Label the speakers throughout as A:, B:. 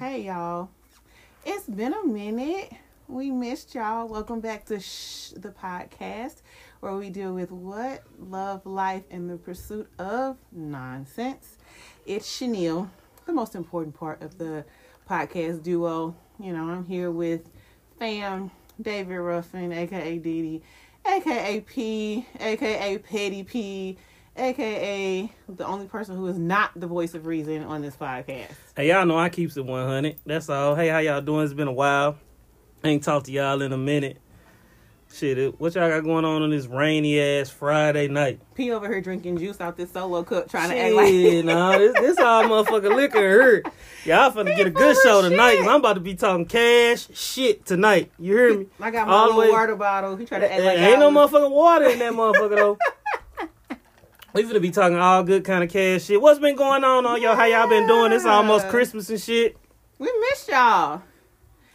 A: y'all. It's been a minute. We missed y'all. Welcome back to Shh, the podcast where we deal with what? Love, life, and the pursuit of nonsense. It's Chanel, the most important part of the podcast duo. You know, I'm here with fam David Ruffin, aka Didi, aka P, aka Petty P, aka the only person who is not the voice of reason on this podcast.
B: Hey, y'all know I keeps it 100. That's all. Hey, how y'all doing? It's been a while. Ain't talked to y'all in a minute. Shit, it- what y'all got going on on this rainy ass Friday night?
A: P over here drinking juice out this solo cup, trying to act
B: Shit,
A: like
B: nah, this, this all motherfucking liquor hurt. Y'all finna get a good show
A: Shit.
B: tonight. 'cause I'm about to be talking cash shit tonight. You hear me?
A: I got my
B: All the
A: little
B: way-
A: water bottle. He tried to act
B: Ain't,
A: like I
B: no
A: was-
B: motherfucking water in that motherfucker though. We finna be talking all good kind of cash shit. What's been going on on y'all? How y'all been doing? It's almost
A: Yeah.
B: Christmas and shit.
A: We missed y'all.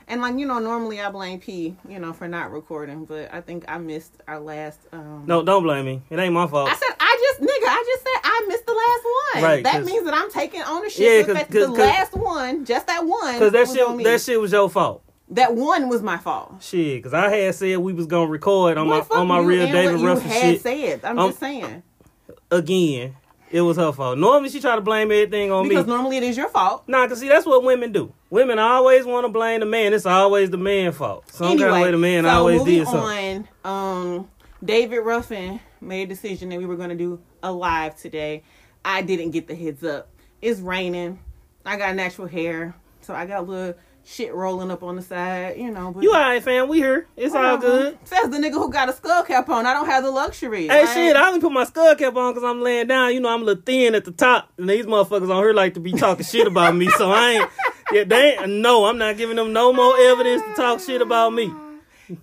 A: And like you know, normally I blame P, you know, for not recording, but I think I missed our last. um
B: No, don't blame me. It ain't my fault.
A: I said I just nigga. I just said I missed the last one.
B: Right,
A: that
B: 'cause-
A: means that I'm taking ownership.
B: Yeah,
A: of the
B: 'cause-
A: fact that the
B: 'cause- 'cause-
A: last one, just that one,
B: Cause that
A: was on
B: shit,
A: me.
B: that shit was your fault.
A: That one was my fault.
B: Shit, cause I had said we was gonna record on
A: Boy,
B: my
A: fuck
B: on my
A: you
B: real
A: and
B: David
A: what you
B: Ruffin
A: had
B: shit
A: said. I'm
B: Um,
A: just saying
B: again. It was her fault. Normally she try to blame everything on
A: because
B: me.
A: normally it is your fault.
B: nah, cause see that's what women do. Women always want to blame the man. It's always the man fault. Some
A: anyway,
B: kind of way the man
A: so
B: always
A: moving
B: did something.
A: on, um, David Ruffin made a decision that we were going to do a live today. I didn't get the heads up. It's raining. I got natural hair, so I got little shit rolling up on the side, you know. But
B: You alright, fam? We here. It's all good.
A: Says the nigga who got a skull cap on. I don't have the luxury.
B: Hey,
A: Like,
B: shit, I only put my skull cap on because I'm laying down. You know, I'm a little thin at the top, and these motherfuckers on here like to be talking shit about me. So I ain't. Yeah, they ain't, no, I'm not giving them no more evidence to talk shit about me.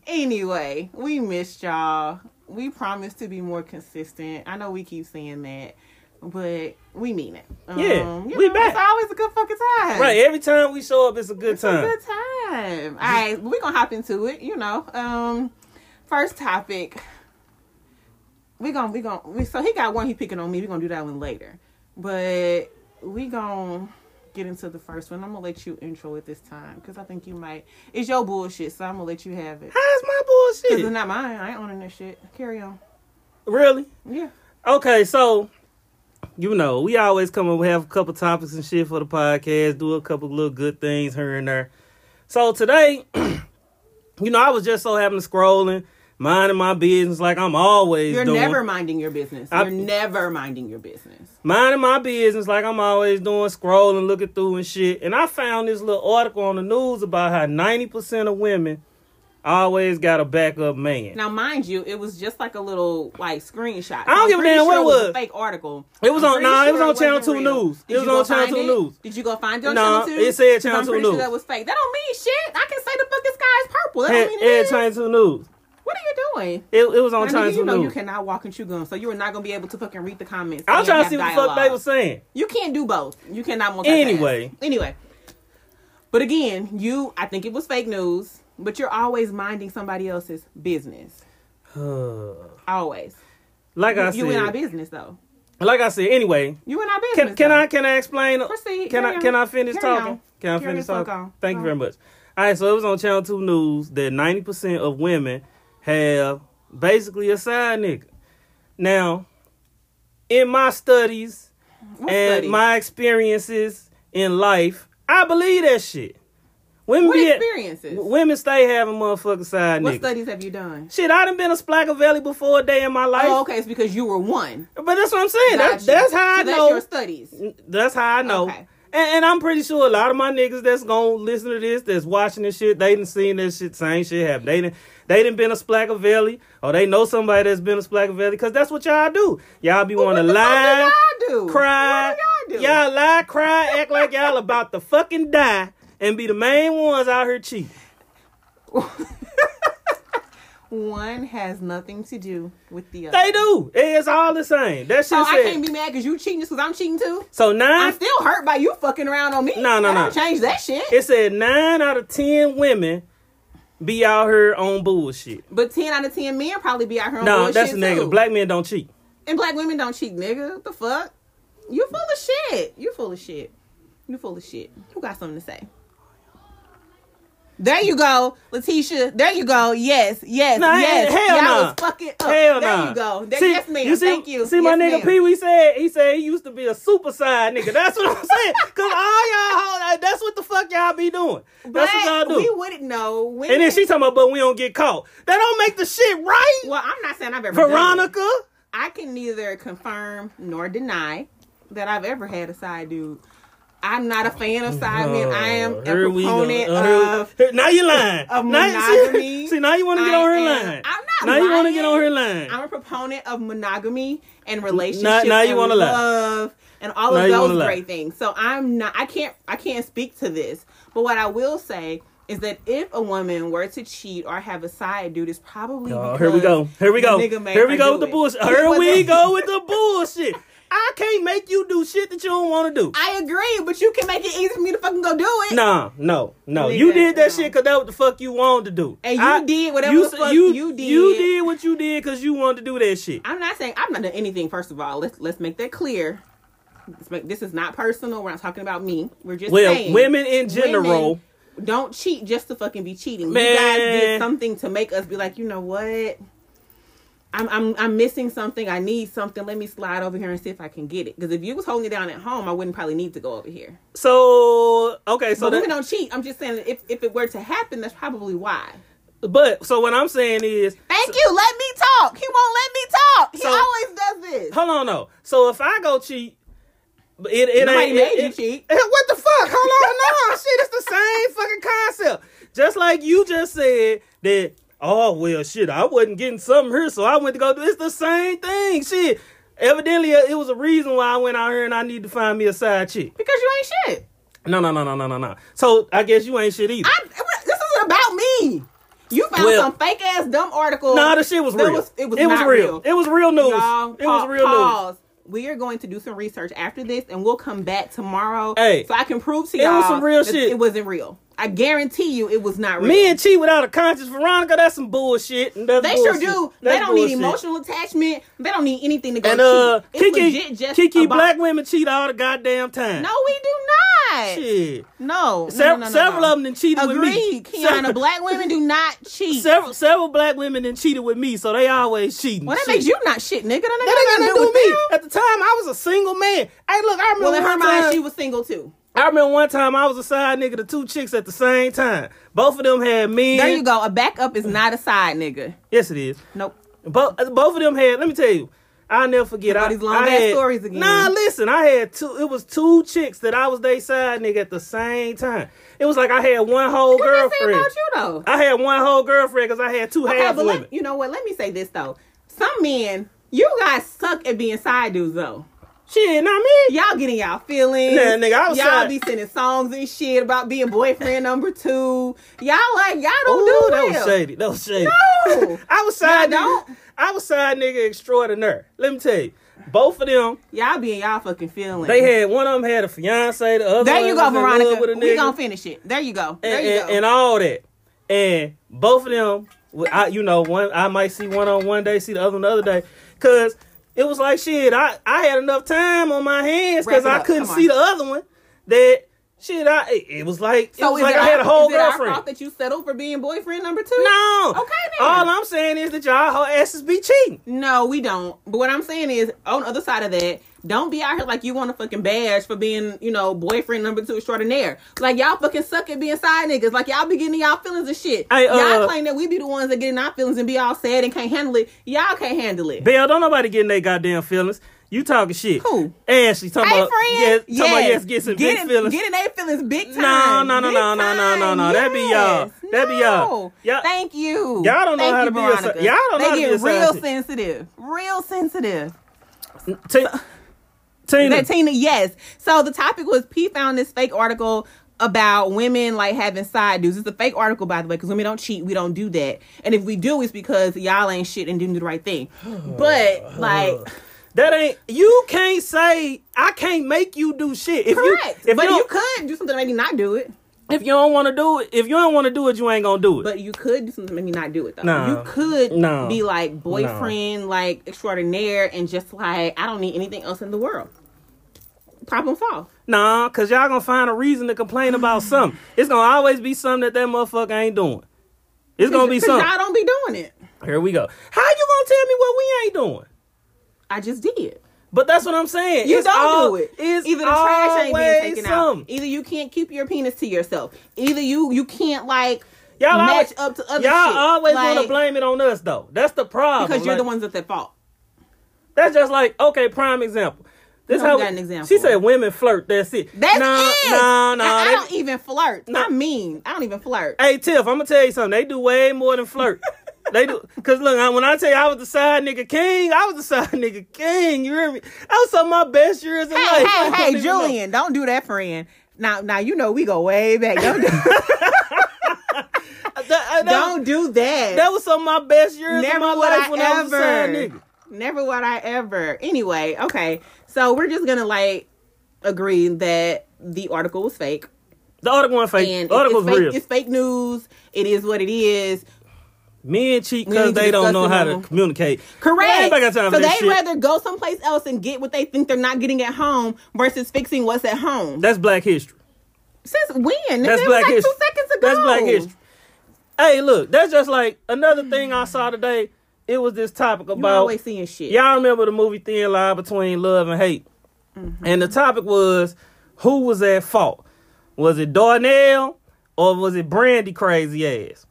A: Anyway, we missed y'all. We promise to be more consistent. I know we keep saying that, but we mean it. Um,
B: Yeah,
A: you
B: we
A: know,
B: back.
A: It's always a good fucking time.
B: Right, every time we show up, it's a good
A: It's a
B: time.
A: good time. All right, we're gonna hop into it. You know, um, first topic. We gonna we gonna we, so he got one he picking on me. We gonna do that one later, but we gonna get into the first one. I'm gonna let you intro it this time because I think you might. It's your bullshit, so I'm gonna let you have it.
B: How's my
A: Cause it's
B: bullshit?
A: not mine. I ain't owning this shit. Carry on.
B: Really?
A: Yeah.
B: Okay, so you know we always come and we have a couple topics and shit for the podcast, do a couple little good things here and there. So today, you know, I was just so having to scrolling, minding my business like I'm always
A: You're
B: doing.
A: never minding your business.
B: I-
A: You're never minding your business.
B: minding my business like I'm always doing, scrolling, looking through and shit. And I found this little article on the news about how 90% of women always got a backup man.
A: Now, mind you, it was just like a little like screenshot.
B: I don't
A: I'm
B: give a
A: pretty
B: damn what it
A: A
B: was.
A: fake article.
B: It was
A: I'm
B: on-
A: pretty
B: nah, it was on
A: wasn't
B: Channel 2
A: real.
B: News. It
A: Did
B: was
A: you go
B: on Channel
A: find
B: 2
A: it?
B: News.
A: Did you go find it on
B: Nah,
A: Channel Two?
B: it said
A: 'Cause
B: Channel
A: I'm
B: 2
A: pretty Sure
B: News.
A: that was fake. That don't mean shit. I can say the fucking sky is purple. That
B: Ed,
A: don't mean
B: Ed
A: it.
B: China to the news.
A: What are you doing?
B: It, it was on
A: Now,
B: China
A: nigga,
B: to
A: you
B: the
A: know you
B: news.
A: cannot walk and chew gum, so you are not gonna be able to fucking read the comments.
B: I was
A: and
B: trying to
A: have
B: see what the fuck
A: dialogue.
B: they were saying.
A: You can't do both. You cannot multitask.
B: Anyway.
A: Anyway. But again, you I think it was fake news, but you're always minding somebody else's business. Always.
B: like I
A: Uh, you in our
B: said,
A: business though.
B: like I said. Anyway,
A: You in our business.
B: can can
A: though.
B: I can I explain?
A: Proceed.
B: Can
A: Carry
B: I
A: on.
B: can I finish
A: Carry
B: talking?
A: on.
B: Can I
A: Carry
B: finish
A: the fuck
B: talking?
A: on.
B: Thank you
A: Go.
B: very much. All right, so it was on Channel Two News that ninety percent of women have basically a side nigga. Now, in my studies
A: What
B: and
A: study?
B: my experiences in life, I believe that shit. Women
A: what
B: be at-
A: experiences?
B: women stay having motherfucking side
A: what
B: niggas.
A: studies have you done?
B: Shit, I done been a Splacker Valley before a day in my life.
A: Oh, okay, it's because you were one.
B: But that's what I'm saying. That,
A: Gotcha.
B: that's how I
A: so
B: know.
A: That's your studies.
B: that's how I know.
A: Okay.
B: And, and I'm pretty sure a lot of my niggas that's gonna listen to this, that's watching this shit, they done seen this shit, same shit happen. They done, they done been a Splacker Valley, or they know somebody that's been a Splacker Valley, because that's what y'all do. Y'all be
A: What
B: wanna
A: the fuck
B: lie,
A: did y'all do?
B: cry,
A: What do y'all do?
B: y'all lie, cry, act like y'all about to fucking die, and be the main ones out here cheating.
A: One has nothing to do with the other.
B: They do. It's all the same. That shit
A: so Oh, I
B: said-
A: can't be mad because you cheating just because I'm cheating too.
B: So 9
A: I'm still hurt by you fucking around on me.
B: No, no,
A: I
B: no.
A: don't Change that shit.
B: It said nine out of ten women be out here on bullshit.
A: but ten out of ten men probably be out here on
B: No,
A: bullshit
B: that's
A: too.
B: negative. Black men don't cheat.
A: and black women don't cheat, nigga. What the fuck? You full of shit. You full of shit. You full of shit. Who got something to say? There you go, Letitia. There you go. Yes, yes,
B: Nah,
A: yes.
B: hell
A: Y'all
B: nah.
A: was fucking up.
B: Hell
A: Oh, there
B: no.
A: you go. There, yes, ma'am.
B: see,
A: Thank you.
B: See, my
A: Yes,
B: nigga
A: ma'am.
B: Pee Wee said he said he used to be a super side nigga. That's what I'm saying. Cause all y'all, ho- that's what the fuck y'all be doing. That's what y'all
A: But We
B: do.
A: wouldn't know. When
B: and then she talking about, but we don't get caught. That don't make the shit right,
A: Well, I'm not saying I've ever. done it.
B: Veronica.
A: I can neither confirm nor deny that I've ever had a side dude. I'm not a fan of side men. I am
B: Oh,
A: a
B: here we go.
A: proponent
B: Oh, here-
A: of.
B: here- now you lying.
A: of
B: now, see-
A: monogamy.
B: See, now you want to get
A: I
B: on her
A: am-
B: line.
A: I'm not
B: Now you want to get
A: lying.
B: on her line.
A: I'm a proponent of monogamy and relationships
B: now you
A: and
B: wanna lie.
A: love and all
B: Now
A: of
B: you wanna
A: those
B: lie.
A: great things. So I'm not. I can't. I can't speak to this. But what I will say is that if a woman were to cheat or have a side dude, it's probably
B: Oh, here we
A: because
B: go. Here we
A: the
B: go.
A: nigga made
B: Here we
A: her
B: go
A: do
B: with the
A: it.
B: bullshit.
A: It
B: Here we
A: wasn't-
B: go with the bullshit. I can't make you do shit that you don't want to do.
A: I agree, but you can make it easy for me to fucking go do it.
B: Nah, no, no. you
A: Nigga,
B: did that
A: no.
B: shit because that what the fuck you wanted to do.
A: And you did whatever the
B: s-
A: fuck you did.
B: You did what you did because you wanted to do that shit.
A: I'm not saying I'm not doing anything. First of all, let's let's make that clear. Let's make, this is not personal. We're not talking about me. We're just
B: well,
A: saying
B: women in general.
A: women don't cheat just to fucking be cheating. You guys
B: Man.
A: did something to make us be like, you know what? I'm I'm I'm missing something. I need something. Let me slide over here and see if I can get it. Because if you was holding it down at home, I wouldn't probably need to go over here.
B: So okay, so
A: But
B: that,
A: women don't cheat. I'm just saying if if it were to happen, that's probably why.
B: but so what I'm saying is,
A: Thank you. Let me talk. He won't let me talk. He
B: So-
A: always does this.
B: hold on, no. So if I go cheat, but it it
A: Nobody
B: ain't
A: made
B: it-
A: you
B: it-
A: cheat.
B: Eh, What the fuck? Hold on, no, shit, it's the same fucking concept. Just like you just said that. Oh well, shit, I wasn't getting something here, so I went to go do. It's the same thing, shit. Evidently, uh, it was a reason why I went out here and I need to find me a side chick.
A: Because you ain't shit.
B: No, no, no, no, no, no, no. So I guess you ain't shit either.
A: I, this isn't about me. You found
B: Well-
A: some fake ass dumb article.
B: nah, the shit was
A: that
B: real.
A: it was,
B: it was
A: not
B: real. It was real news.
A: Y'all,
B: it was
A: pa-
B: real news.
A: pause. We are going to do some research after this, and we'll come back tomorrow.
B: Hey,
A: so I can prove to
B: it
A: y'all
B: was some real
A: that
B: shit.
A: It wasn't real. I guarantee you, it was not real.
B: Men cheat without a conscience, Veronica. That's some bullshit. That's
A: they
B: bullshit.
A: sure do.
B: That's
A: they don't
B: bullshit.
A: need emotional attachment. They don't need anything to go.
B: And uh,
A: cheat. It's
B: Kiki,
A: legit just
B: Kiki,
A: about-
B: black women cheat all the goddamn time.
A: No, we do not.
B: shit.
A: No, no,
B: Sev-
A: no, no, no,
B: several
A: no.
B: of them done cheated with me.
A: Agreed,
B: Several-
A: Kiana. Black women do not cheat.
B: Several, several black women then cheated with me, so they always cheating.
A: Well, that
B: Shit.
A: makes you not shit, nigga. That,
B: That ain't
A: ain't
B: got
A: got nothing to do with
B: me.
A: you.
B: At the time, I was a single man. Hey, look, I remember
A: Well, in her
B: one
A: mind,
B: time.
A: she was single too.
B: I remember one time I was a side nigga to two chicks at the same time. Both of them had men.
A: There you go. A backup is not a side nigga.
B: Yes, it is.
A: Nope.
B: Both both of them had. Let me tell you, I'll never forget.
A: All
B: I,
A: these long
B: I
A: ass
B: had,
A: stories again.
B: Nah, listen, I had two. It was two chicks that I was they side nigga at the same time. It was like I had one whole
A: What that say
B: girlfriend.
A: about you though?
B: I had one whole girlfriend because I had two half
A: but
B: women.
A: let, you know what? Let me say this though. Some men, you guys suck at being side dudes though.
B: Shit, not me.
A: Y'all getting y'all feelings.
B: Nah, nigga, I was
A: y'all
B: side-
A: be sending songs and shit about being boyfriend number two. Y'all like y'all don't
B: Ooh,
A: do
B: that
A: real.
B: was shady. That was shady.
A: No.
B: I was side
A: Nah,
B: nigga.
A: don't.
B: I was side nigga extraordinaire. Let me tell you, both of them.
A: y'all be in y'all fucking feelings.
B: They had one of them had a fiance, the other
A: There
B: one
A: you
B: was
A: go,
B: in love with a
A: Veronica.
B: nigga.
A: We gonna finish it. There you go. There
B: and,
A: you
B: and-
A: go.
B: and all that. And both of them, well, I, you know, one I might see one on one day, see the other on the other day, because it was like shit. I I had enough time on my hands because
A: Wrap it
B: I
A: up.
B: couldn't
A: Come
B: see
A: on.
B: the other one. That shit, I it- it was like it
A: so
B: was
A: is
B: like
A: it
B: I
A: our-
B: had a whole
A: is it our
B: girlfriend.
A: fault that you settled for being boyfriend number two?
B: no,
A: Okay, then.
B: all I'm saying is that y'all whole asses be cheating.
A: No, we don't. But what I'm saying is, on the other side of that, don't be out here like you want a fucking badge for being, you know, boyfriend number two extraordinaire. Like y'all fucking suck at being side niggas. Like y'all be getting in y'all feelings and shit.
B: Hey, uh,
A: y'all claim that we be the ones that get in our feelings and be all sad and can't handle it. Y'all can't handle it.
B: Bell, don't nobody get in their goddamn feelings. You talking shit.
A: Who?
B: Ashley talking
A: hey,
B: about
A: friend.
B: yes, talking about yes, get some big
A: in,
B: feelings.
A: Get in their feelings big
B: No,
A: time.
B: no, no,
A: Big
B: no, no, no, no, no.
A: time.
B: That be y'all.
A: Yes.
B: That be y'all.
A: No.
B: Y'all-
A: Thank you.
B: Y'all don't know
A: Thank
B: how
A: you,
B: to be a si-
A: Veronica.
B: y'all don't know
A: They
B: how to
A: get
B: be a
A: real
B: side chick.
A: sensitive. Real sensitive.
B: T- Tina.
A: That Tina, yes. So the topic was P found this fake article about women like having side dudes. It's a fake article, by the way, because women don't cheat. We don't do that. And if we do, it's because y'all ain't shit and didn't do the right thing. But like,
B: That ain't you can't say I can't make you do shit. If
A: correct.
B: you if
A: but
B: you,
A: you,
B: don't-
A: could do something to make me not do it.
B: if you don't want to do it, if you don't want to do it, you ain't gonna do it.
A: But you could do something to make me not do it though.
B: No.
A: You could
B: No.
A: be like boyfriend, like extraordinaire, and just like I don't need anything else in the world. Problem solved.
B: Nah, cause y'all gonna find a reason to complain about something. It's gonna always be something that that motherfucker ain't doing. It's gonna be
A: Cause
B: something.
A: Y'all don't be doing it.
B: Here we go. How you gonna tell me what we ain't doing?
A: I just did.
B: But that's what I'm saying.
A: You
B: It's
A: don't
B: all-
A: do it.
B: It's
A: Either the trash ain't being
B: always
A: taken out.
B: something.
A: Either you can't keep your penis to yourself. Either you you can't like
B: Y'all
A: match
B: always,
A: up to other
B: y'all
A: shit.
B: always want
A: Like,
B: to blame it on us though. That's the problem.
A: because you're the
B: Like,
A: ones that's at fault.
B: That's just like okay, prime example. This
A: No,
B: how
A: we got
B: we-
A: an example.
B: She said women flirt. That's it.
A: That's
B: no,
A: it.
B: No, no,
A: I, I
B: they-
A: don't e- even flirt. I mean, I don't even flirt.
B: Hey Tiff, I'm gonna tell you something. They do way more than flirt. they do because look, I- when I tell you I was the side nigga king, I was the side nigga king. You hear me? That was some of my best years in
A: hey, hey,
B: life. I don't
A: hey,
B: even know.
A: Julian, don't do that, friend. Now, now you know we go way back. Don't do,
B: That, uh, that,
A: don't do that.
B: that was some of my best years in
A: Never
B: my
A: would
B: life
A: I
B: when I was a side
A: ever.
B: nigga.
A: Never would I ever. Anyway, okay. So we're just gonna like agree that the article was fake.
B: The article wasn't fake.
A: And
B: The
A: it-
B: article
A: it's,
B: was
A: fake,
B: real.
A: it's fake news. It is what it is.
B: Men cheat
A: We need
B: because
A: to
B: they don't
A: discuss
B: know
A: it
B: how
A: on-
B: to communicate. Man,
A: Correct.
B: ain't got time
A: so
B: for this
A: they'd
B: shit.
A: rather go someplace else and get what they think they're not getting at home versus fixing what's at home.
B: That's black history.
A: Since when?
B: That's
A: it
B: black
A: was like
B: history.
A: two seconds ago.
B: That's black history. Hey, look, that's just like another thing I saw today. It was this topic
A: You
B: about
A: always seeing shit.
B: Y'all remember the movie Thin Line Between Love and Hate?
A: Mm-hmm.
B: And the topic was who was at fault? Was it Darnell or was it Brandy crazy ass?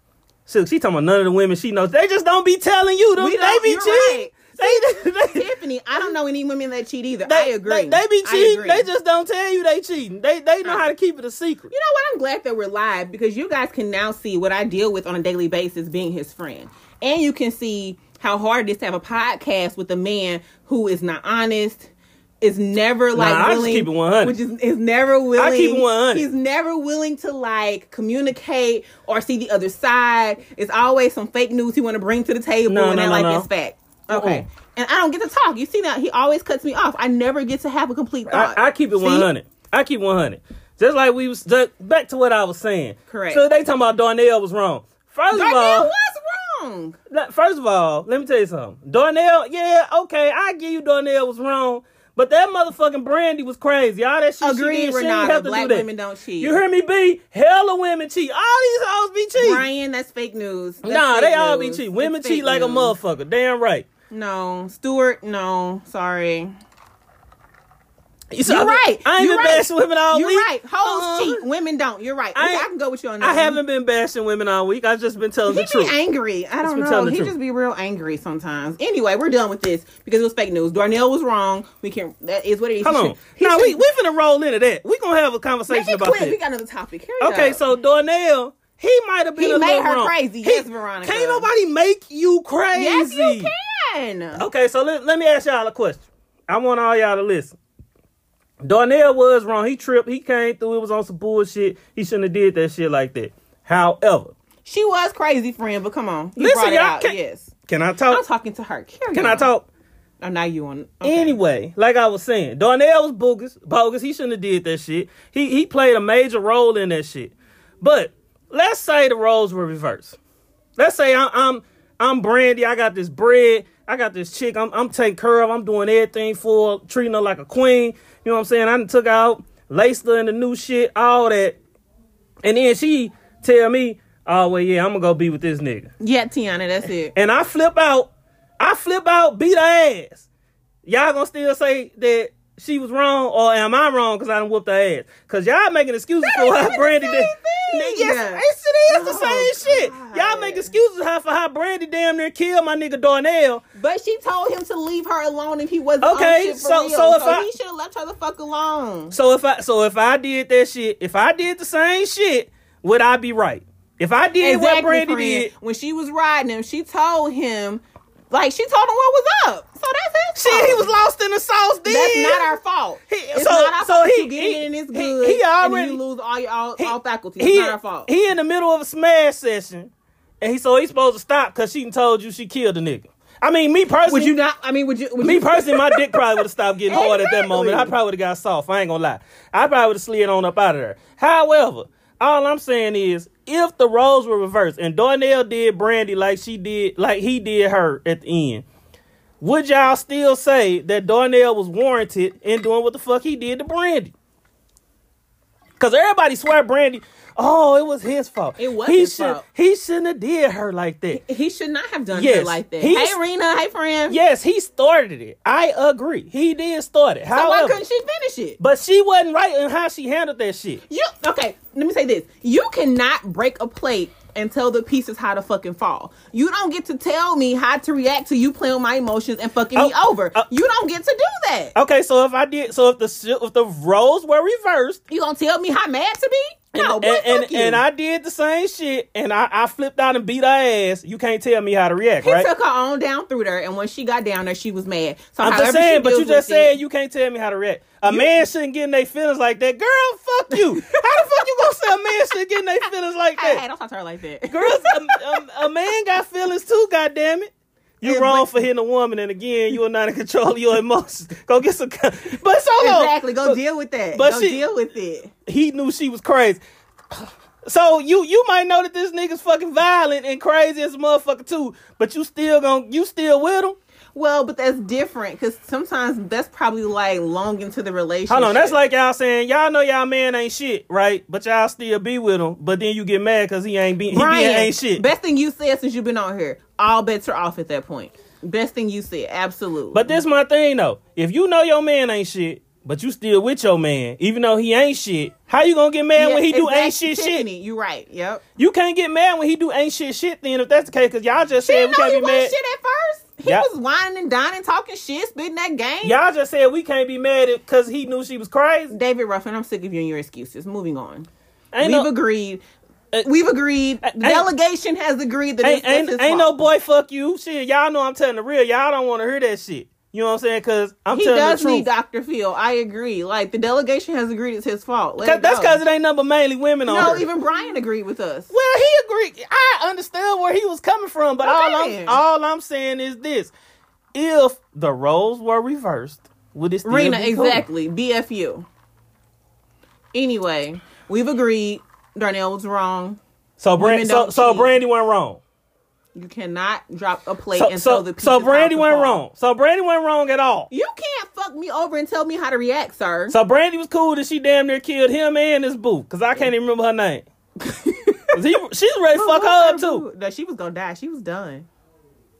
B: So she talking about none of the women she knows. They just don't be telling you. Them,
A: We
B: they
A: don't-
B: be
A: you're
B: cheating.
A: right.
B: They, they,
A: Tiffany, I don't know any women that cheat either. I
B: they,
A: agree.
B: They, they be
A: I
B: cheating.
A: agree.
B: They just don't tell you they cheating. They they know how to keep it a secret.
A: You know what? I'm glad that we're live because you guys can now see what I deal with on a daily basis being his friend. And you can see how hard it is to have a podcast with a man who is not honest, is never like
B: I just
A: willing.
B: keep it 100.
A: Which is, is never willing.
B: keep it 100.
A: He's never willing to like communicate or see the other side. It's always some fake news he want to bring to the table
B: No,
A: and
B: no,
A: act
B: no,
A: like
B: no.
A: it's fact. Okay.
B: Mm-mm.
A: And I don't get to talk. You see that he always cuts me off. I never get to have a complete thought.
B: I, I keep it
A: Uh, See?
B: 100. I keep 100. Just like we was just back to what I was saying.
A: Correct.
B: So they talking about Darnell was wrong. First of all,
A: Darnell was wrong.
B: Like, First of all, let me tell you something. Darnell, yeah, okay, I give you Darnell was wrong, but that motherfucking Brandy was crazy. All that shit she
A: Agreed,
B: did, she didn't
A: Renata.
B: have to
A: Black
B: do that.
A: women don't cheat.
B: You hear me, B? Hella women cheat. All these hoes be cheating.
A: Brian, that's fake news. That's
B: nah,
A: fake
B: they all be
A: news.
B: cheating.
A: It's
B: Women
A: fake
B: cheat like a
A: news.
B: motherfucker. Damn right.
A: No, Stuart, no, sorry.
B: You see,
A: You're
B: I-
A: right.
B: I ain't
A: You're
B: been
A: right.
B: bashing women all
A: You're
B: week.
A: right. Hoes
B: Uh,
A: cheat. Women don't. You're right.
B: I
A: I,
B: ain't-
A: can go with you on that.
B: I haven't been bashing women all week. I've just been telling
A: Mm-hmm. He
B: the
A: be
B: truth.
A: angry. I don't
B: been
A: know.
B: telling the
A: He
B: truth.
A: just be real angry sometimes. Anyway, we're done with this because it was fake news. Darnell was wrong. We can. That is what it is.
B: Hold
A: He
B: on.
A: should- he
B: Now
A: should-
B: we we finna roll into that. We gonna have a conversation
A: Make it
B: about
A: quick.
B: that.
A: We got another topic. Here
B: Okay, so Darnell, he might have been
A: He
B: a
A: made
B: little
A: her
B: wrong.
A: crazy.
B: He-
A: Yes, Veronica.
B: Can't nobody make you crazy.
A: yes, you can.
B: Okay, so let, let me ask y'all a question. I want all y'all to listen. Darnell was wrong. He tripped. He came through. It was on some bullshit. He shouldn't have did that shit like that. However,
A: She was crazy, friend. But come on, you
B: Listen,
A: brought it
B: y'all
A: out.
B: can't-
A: Yes,
B: can I
A: I'm
B: talk?
A: talking to her. Carry
B: Can I
A: on.
B: talk?
A: Oh, now you on.
B: Anyway, like I was saying, Darnell was bogus. Bogus. He shouldn't have did that shit. He he played a major role in that shit. But let's say the roles were reversed. Let's say I'm I'm I'm Brandy. I got this bread. I got this chick. I'm I'm taking care of. I'm doing everything for her, treating her like a queen. You know what I'm saying? I done took out laced her in the new shit, all that. And then she tell me, "Oh well, yeah, I'm gonna go be with this nigga."
A: Yeah, Tiana, that's it.
B: and I flip out, I flip out, beat her ass. Y'all gonna still say that she was wrong, or am I wrong because I done whooped her ass? Because y'all making excuses for how Brandy did.
A: thing.
B: Yes, it's- it is the
A: Oh,
B: same shit.
A: God.
B: Y'all make excuses how for how Brandy damn near killed my nigga Darnell.
A: But she told him to leave her alone if he wasn't
B: Okay,
A: on shit for
B: so-
A: real.
B: so if I-
A: he should have left her the fuck alone.
B: So if I so if I did that shit, if I did the same shit, would I be right? If I did what Brandy
A: friend.
B: did,
A: When she was riding him, she told him, like she told him what was up. So that's his fault.
B: shit, he was lost in the sauce. Then
A: That's not our fault.
B: He-
A: it's
B: so-
A: not our
B: so
A: fault.
B: he-
A: you get
B: he-
A: in and it's
B: he-
A: good.
B: he
A: and
B: already-
A: you lose all your all, all faculty.
B: He-
A: it's not our fault.
B: He in the middle of a smash session, and he so he's supposed to stop because she done told you she killed a nigga. I mean, me personally,
A: would you not? I mean, would you? Would
B: me
A: you,
B: personally, my dick probably would have stopped getting hard at that moment. I
A: Exactly.
B: probably would have got soft. I ain't gonna lie. I probably would have slid on up out of there. However, all I'm saying is, if the roles were reversed and Darnell did Brandy like she did, like he did her at the end, would y'all still say that Darnell was warranted in doing what the fuck he did to Brandy? Cause everybody swear Brandy, oh, it was his fault.
A: It was
B: he
A: his
B: should,
A: fault.
B: He shouldn't have did her like that.
A: He should not have done
B: Yes,
A: that like that.
B: he's-
A: Hey, Rena. Hey, friend.
B: Yes, he started it. I agree. He did start it.
A: So why
B: However,
A: couldn't she finish it?
B: but she wasn't right in how she handled that shit.
A: You okay? Let me say this: you cannot break a plate and tell the pieces how to fucking fall. You don't get to tell me how to react to you playing with my emotions and fucking me
B: Oh,
A: over.
B: uh,
A: you don't get to do that.
B: Okay, so if I did, so if the si- if the roles were reversed,
A: you gonna tell me how mad to be? No,
B: and,
A: boy, fuck
B: and, and,
A: you.
B: and I did the same shit, and I, I flipped out and beat her ass, you can't tell me how to react,
A: he
B: right?
A: took her on down through there, and when she got down there, she was mad. So
B: I'm
A: however
B: just saying,
A: she
B: but you
A: deals
B: just
A: with
B: said
A: it-
B: you can't tell me how to react. A man shouldn't get in their feelings like that. Girl, fuck you. How the fuck you gonna say a man should get in their feelings like
A: Hey, hey,
B: that?
A: don't talk to her like that.
B: Girls, a, a, a man got feelings too. goddamn it. You
A: Yeah,
B: wrong
A: but-
B: for hitting a woman, and again, you are not in control of your emotions. Go get some. co- But so long.
A: exactly. Go
B: but-
A: deal with that.
B: but
A: Go
B: she-
A: deal with it.
B: he knew she was crazy. So you you might know that this nigga's fucking violent and crazy as a motherfucker too, but you still gon' you still with him.
A: Well, but that's different because sometimes that's probably like long into the relationship.
B: Hold on, that's like y'all saying y'all know y'all man ain't shit, right? But y'all still be with him, but then you get mad because he ain't be he
A: Brian,
B: being ain't shit.
A: Best thing you said since you've been on here. All bets are off at that point. Best thing you said, absolutely.
B: but this my thing though, if you know your man ain't shit, but you still with your man, even though he ain't shit, how you gonna get mad
A: Yeah,
B: when he do
A: exactly,
B: ain't shit shit?
A: Tiffany, You right. Yep.
B: You can't get mad when he do ain't shit shit. Then if that's the case, because y'all just
A: She
B: said
A: didn't
B: we
A: know
B: can't
A: he
B: be mad.
A: was shit at first. He
B: Yep.
A: was whining and dining, talking shit, spitting that game.
B: Y'all just said we can't be mad because he knew she was crazy.
A: David Ruffin, I'm sick of you and your excuses. Moving on.
B: Ain't
A: We've
B: no,
A: agreed.
B: Uh,
A: We've agreed. The
B: ain't-
A: delegation has agreed that
B: ain't,
A: it's
B: ain't, ain't no boy fuck you. Shit, y'all know I'm telling the real. Y'all don't want to hear that shit. You know what I'm saying? Because I'm
A: He
B: telling
A: does
B: the truth.
A: need Dr. Phil. I agree. Like the delegation has agreed it's his fault. Let
B: 'Cause
A: it
B: that's
A: go.
B: because it ain't nothing but mainly women on
A: No,
B: her.
A: even Brian agreed with us.
B: well, he agreed. I understood where he was coming from, but all
A: Okay.
B: I'm all I'm saying is this: if the roles were reversed, would it still
A: Rena,
B: be cool?
A: exactly. BFU. Anyway, we've agreed. Darnell was wrong.
B: So, Brand,
A: Women
B: so,
A: don't
B: so
A: cheat.
B: Brandy went wrong.
A: You cannot drop a plate
B: So,
A: and throw
B: so,
A: the
B: so
A: pieces
B: Brandy
A: out the
B: went
A: fall.
B: wrong. So Brandy went wrong at all.
A: You can't fuck me over and tell me how to react, sir.
B: So Brandy was cool that she damn near killed him and his boo, cause I can't even remember her name. 'Cause he- she was ready to fuck her up too.
A: No, she was gonna die. She was done.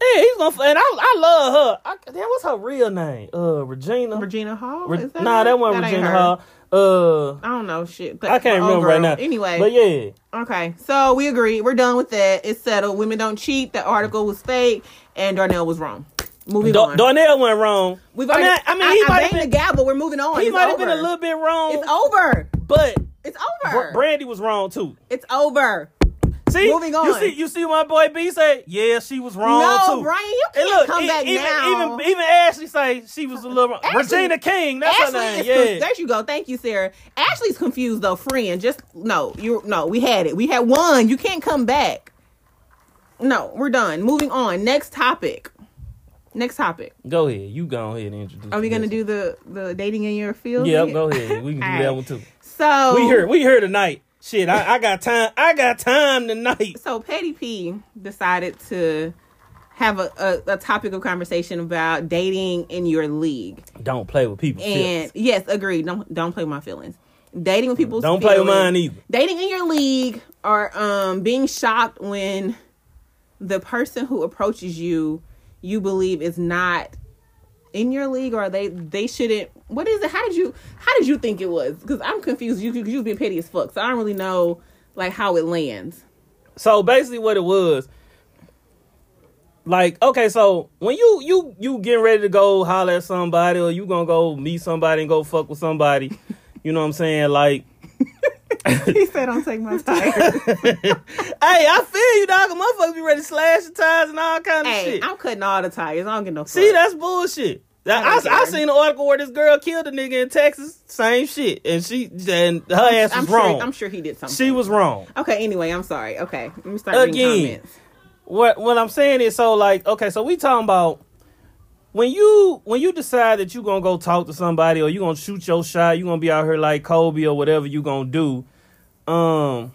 B: Yeah, he's gonna. And I, I love her. I, that was her real name. Uh, Regina.
A: Regina Hall.
B: Re-
A: Is that
B: nah,
A: her?
B: that wasn't
A: ain't
B: Regina
A: her.
B: Hall. Uh,
A: I don't know shit. But
B: I can't
A: oh,
B: remember right
A: girl.
B: now.
A: Anyway,
B: but yeah,
A: okay. So we agree. We're done with that. It's settled. Women don't cheat. The article was fake, and Darnell was wrong. Moving
B: Dar-
A: on.
B: Darnell went wrong.
A: We've
B: I mean,
A: already-
B: I, I mean, he
A: I
B: might have
A: banged
B: been.
A: the gavel. We're moving on.
B: He
A: It's
B: might have been a
A: over.
B: little bit wrong.
A: It's over.
B: but
A: It's over.
B: Br- Brandy was wrong too.
A: it's over.
B: See,
A: Moving
B: You
A: on.
B: see, you see, my boy B say, yeah, she was wrong
A: no,
B: too.
A: Brian, you
B: And
A: can't come
B: e-
A: back
B: even,
A: now.
B: Even even Ashley say she was a little wrong.
A: Ashley-
B: Regina King. That's
A: Ashley
B: her
A: is
B: name.
A: con-
B: Yeah.
A: there you go. Thank you, Sarah. Ashley's confused though, friend. Just no, you no, we had it. We had one. You can't come back. No, we're done. Moving on. Next topic. Next topic.
B: Go ahead. You go ahead and introduce.
A: Are we gonna
B: this.
A: do the the dating in your field?
B: Yep. Go ahead. We can do
A: All
B: that
A: right.
B: one too.
A: So
B: We here. We here tonight. Shit. I, I got time. I got time tonight.
A: so Petty P decided to have a, a, a topic of conversation about dating in your league.
B: Don't play with people.
A: And yes, agreed. Don't don't play with my feelings. Dating with people's
B: Mm, Don't play with
A: feelings-
B: mine either.
A: Dating in your league or um being shocked when the person who approaches you you believe is not in your league or they they shouldn't what is it how did you how did you think it was because i'm confused you you you've been petty as fuck so i don't really know like how it lands
B: So basically, what it was, like, okay, so when you you you getting ready to go holler at somebody, or you gonna go meet somebody and go fuck with somebody, you know what I'm saying? Like,
A: he said don't take my time
B: hey, I feel you, dog. A motherfucker be ready to slash your ties and all kind of
A: hey
B: shit.
A: i'm cutting all the tires i don't get no fuck.
B: See, that's bullshit. I,
A: don't
B: I, I
A: care.
B: seen an article where this girl killed a nigga in Texas. Same shit, and she and her ass was
A: i'm
B: wrong.
A: sure i'm sure he did something
B: She was wrong.
A: okay anyway i'm sorry okay let me start reading
B: Again.
A: comments
B: What what I'm saying is so like okay, so we talking about when you when you decide that you gonna go talk to somebody or you gonna shoot your shot, you gonna be out here like Kobe or whatever you gonna do. Um,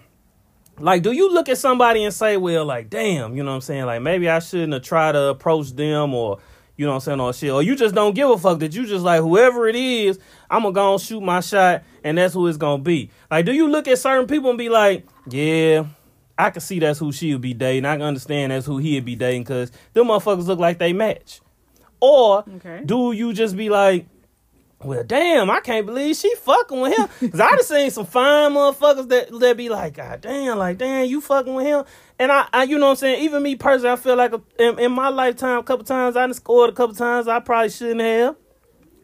B: like, do you look at somebody and say, well, like, damn, you know what I'm saying? Like, maybe I shouldn't have tried to approach them or. You know what I'm saying? All shit. Or you just don't give a fuck that you just like whoever it is, I'm gonna go and shoot my shot and that's who it's gonna be. Like, do you look at certain people and be like, yeah, I can see that's who she'll be dating. I can understand that's who he'll be dating because them motherfuckers look like they match. Or
A: Okay.
B: do you just be like, well, damn, I can't believe she fucking with him. Cause I done seen some fine motherfuckers that that be like, God damn, like damn, you fucking with him. And I, I you know what I'm saying. Even me personally, I feel like in, in my lifetime, a couple times I done scored a couple times I probably shouldn't have.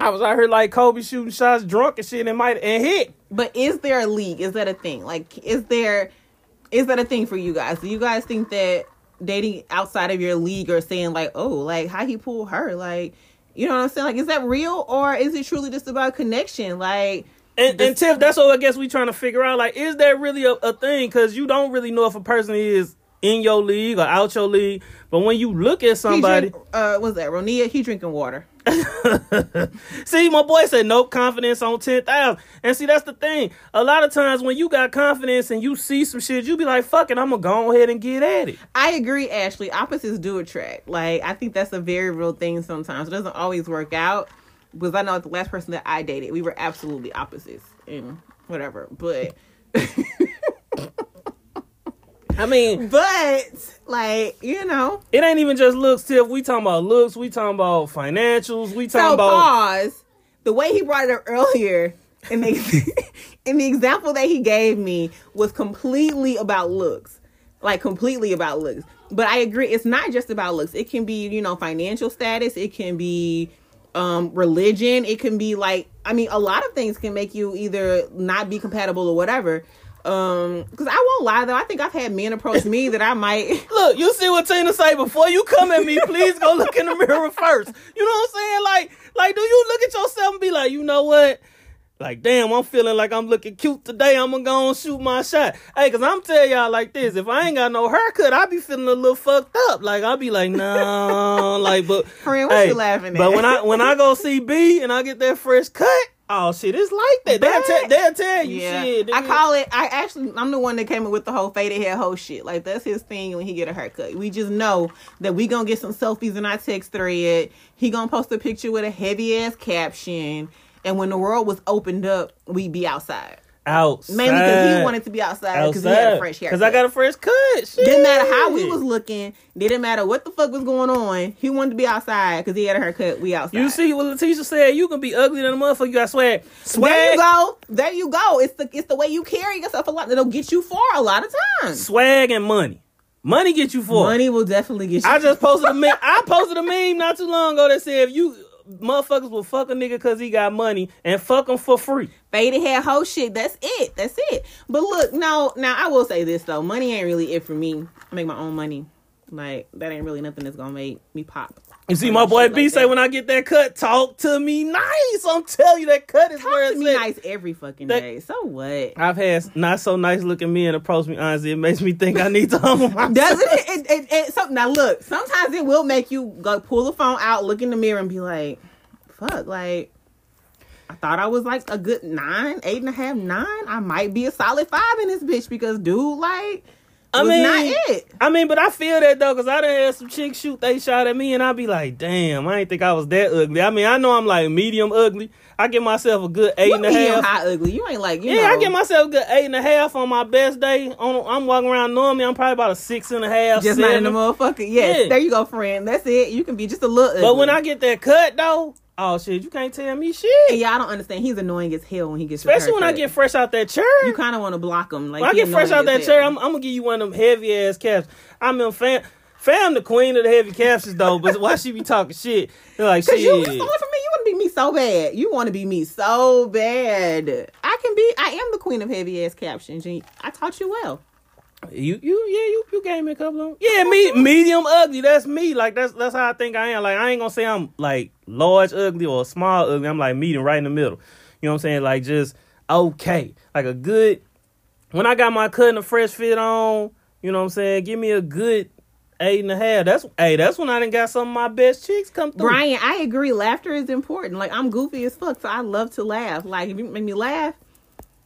B: I was out here like Kobe shooting shots, drunk and shit, and might and hit.
A: But is there a league? Is that a thing? Like, is there is that a thing for you guys? Do you guys think that dating outside of your league or saying like, oh, like how he pulled her, like, you know what I'm saying? Like, is that real or is it truly just about connection? Like,
B: And, and Tiff, that's what I guess we trying to figure out. Like, is that really a, a thing? Because you don't really know if a person is in your league or out your league. But when you look at
A: he
B: somebody,
A: drink- uh, was that Ronia? He drinking water.
B: see, my boy said no confidence on ten thousand. And see, that's the thing. A lot of times when you got confidence and you see some shit, you be like, "Fuck it, I'm gonna go ahead and get at it."
A: I agree, Ashley. Opposites do attract. Like I think that's a very real thing sometimes. It doesn't always work out because I know the last person that I dated, we were absolutely opposites and whatever. But
B: I mean,
A: but like you know,
B: it ain't even just looks, Tiff. We talking about looks. We talking about financials. We talking
A: so
B: about
A: pause. The way he brought it up earlier, and the and the example that he gave me was completely about looks, like completely about looks. But I agree, it's not just about looks. It can be you know financial status. It can be um religion. It can be like I mean, a lot of things can make you either not be compatible or whatever. Um, because I won't lie though, I think I've had men approach me that I might.
B: Look, you see what Tina say before you come at me, please go look in the mirror first. You know what I'm saying? Like, like, do you look at yourself and be like, you know what? Like, damn, I'm feeling like I'm looking cute today. I'm gonna go and shoot my shot. Hey, cause I'm telling y'all like this, if I ain't got no haircut, I be feeling a little fucked up. Like I be like, no, like, but
A: Friend, what you laughing
B: But
A: at?
B: when I when I go see B and I get that fresh cut, oh shit, it's like that. They'll, te-
A: But-
B: they'll tell you shit.
A: I
B: nigga.
A: call it. I actually, I'm the one that came up with the whole faded hair, whole shit. Like that's his thing when he get a haircut. We just know that we gonna get some selfies in our text thread. He gonna post a picture with a heavy ass caption, and when the world was opened up, we be outside.
B: outside.
A: Mainly because he wanted to be outside because he had a fresh haircut.
B: Because I got a fresh cut. Shit.
A: Didn't matter how we was looking. Didn't matter what the fuck was going on. He wanted to be outside because he had a haircut. We outside.
B: You see what Letitia said? You can be ugly than a motherfucker. You got swag.
A: There you
B: Swag.
A: go. There you go. It's the it's the way you carry yourself a lot that'll get you far a lot of times.
B: Swag and money. Money get you for.
A: Money will definitely get you.
B: I just posted a meme. I posted a meme not too long ago that said if you motherfuckers will fuck a nigga because he got money and fuck him for free.
A: faded hair, whole shit. That's it. That's it. But look, no, now I will say this though. Money ain't really it for me. I make my own money. Like that ain't really nothing that's gonna make me pop.
B: You see, my boy
A: Shit like
B: B say
A: that.
B: when I get that cut, talk to me nice. I'm telling you that cut is where
A: Talk
B: it's
A: to me
B: at.
A: nice every fucking
B: That-
A: day. So what?
B: I've had not so nice looking men approach me. Honestly, it makes me think I need to humble myself.
A: Doesn't it? It, it, it so, now look, sometimes it will make you go pull the phone out, look in the mirror, and be like, "Fuck!" Like I thought I was like a good nine, eight and a half, nine. I might be a solid five in this bitch because dude, like,
B: I
A: was
B: mean,
A: not it.
B: I mean, but I feel that though, cause I done had some chicks shoot they shot at me, and I be like, damn, I ain't think I was that ugly. I mean, I know I'm like medium ugly. I give myself a good eight
A: What
B: and a half.
A: medium high ugly? You ain't like you
B: Yeah,
A: know.
B: I give myself a good eight and a half on my best day. On I'm walking around normally, I'm probably about a six and a half.
A: just not in
B: seven.
A: the motherfucker. Yes,
B: Yeah.
A: there you go, friend. That's it. You can be just a little. Ugly.
B: But when I get that cut though, oh shit, you can't tell me shit.
A: and y'all don't understand, he's annoying as hell when he gets. his
B: Especially when I
A: haircut.
B: get fresh out that chair.
A: you kind of want to block him. Like
B: When I
A: he
B: get fresh out
A: annoying
B: that
A: as
B: chair,
A: hell.
B: I'm, I'm gonna give you one of them heavy ass caps. I'm in fam, fam the queen of the heavy captions though. But why she be talking shit? They're like shit.
A: Cause you, it's only for me. You want to be me so bad. You want to be me so bad. I can be. I am the queen of heavy ass captions. And I taught you well.
B: You you yeah you you gave me a couple of them. yeah me medium ugly that's me like that's that's how I think I am like I ain't gonna say I'm like large ugly or small ugly I'm like medium right in the middle you know what I'm saying like just okay like a good when I got my cut and a fresh fit on you know what I'm saying give me a good eight and a half that's hey that's when I done got some of my best chicks come through
A: Brian, I agree. Laughter is important. Like I'm goofy as fuck, so I love to laugh. Like if you make me laugh,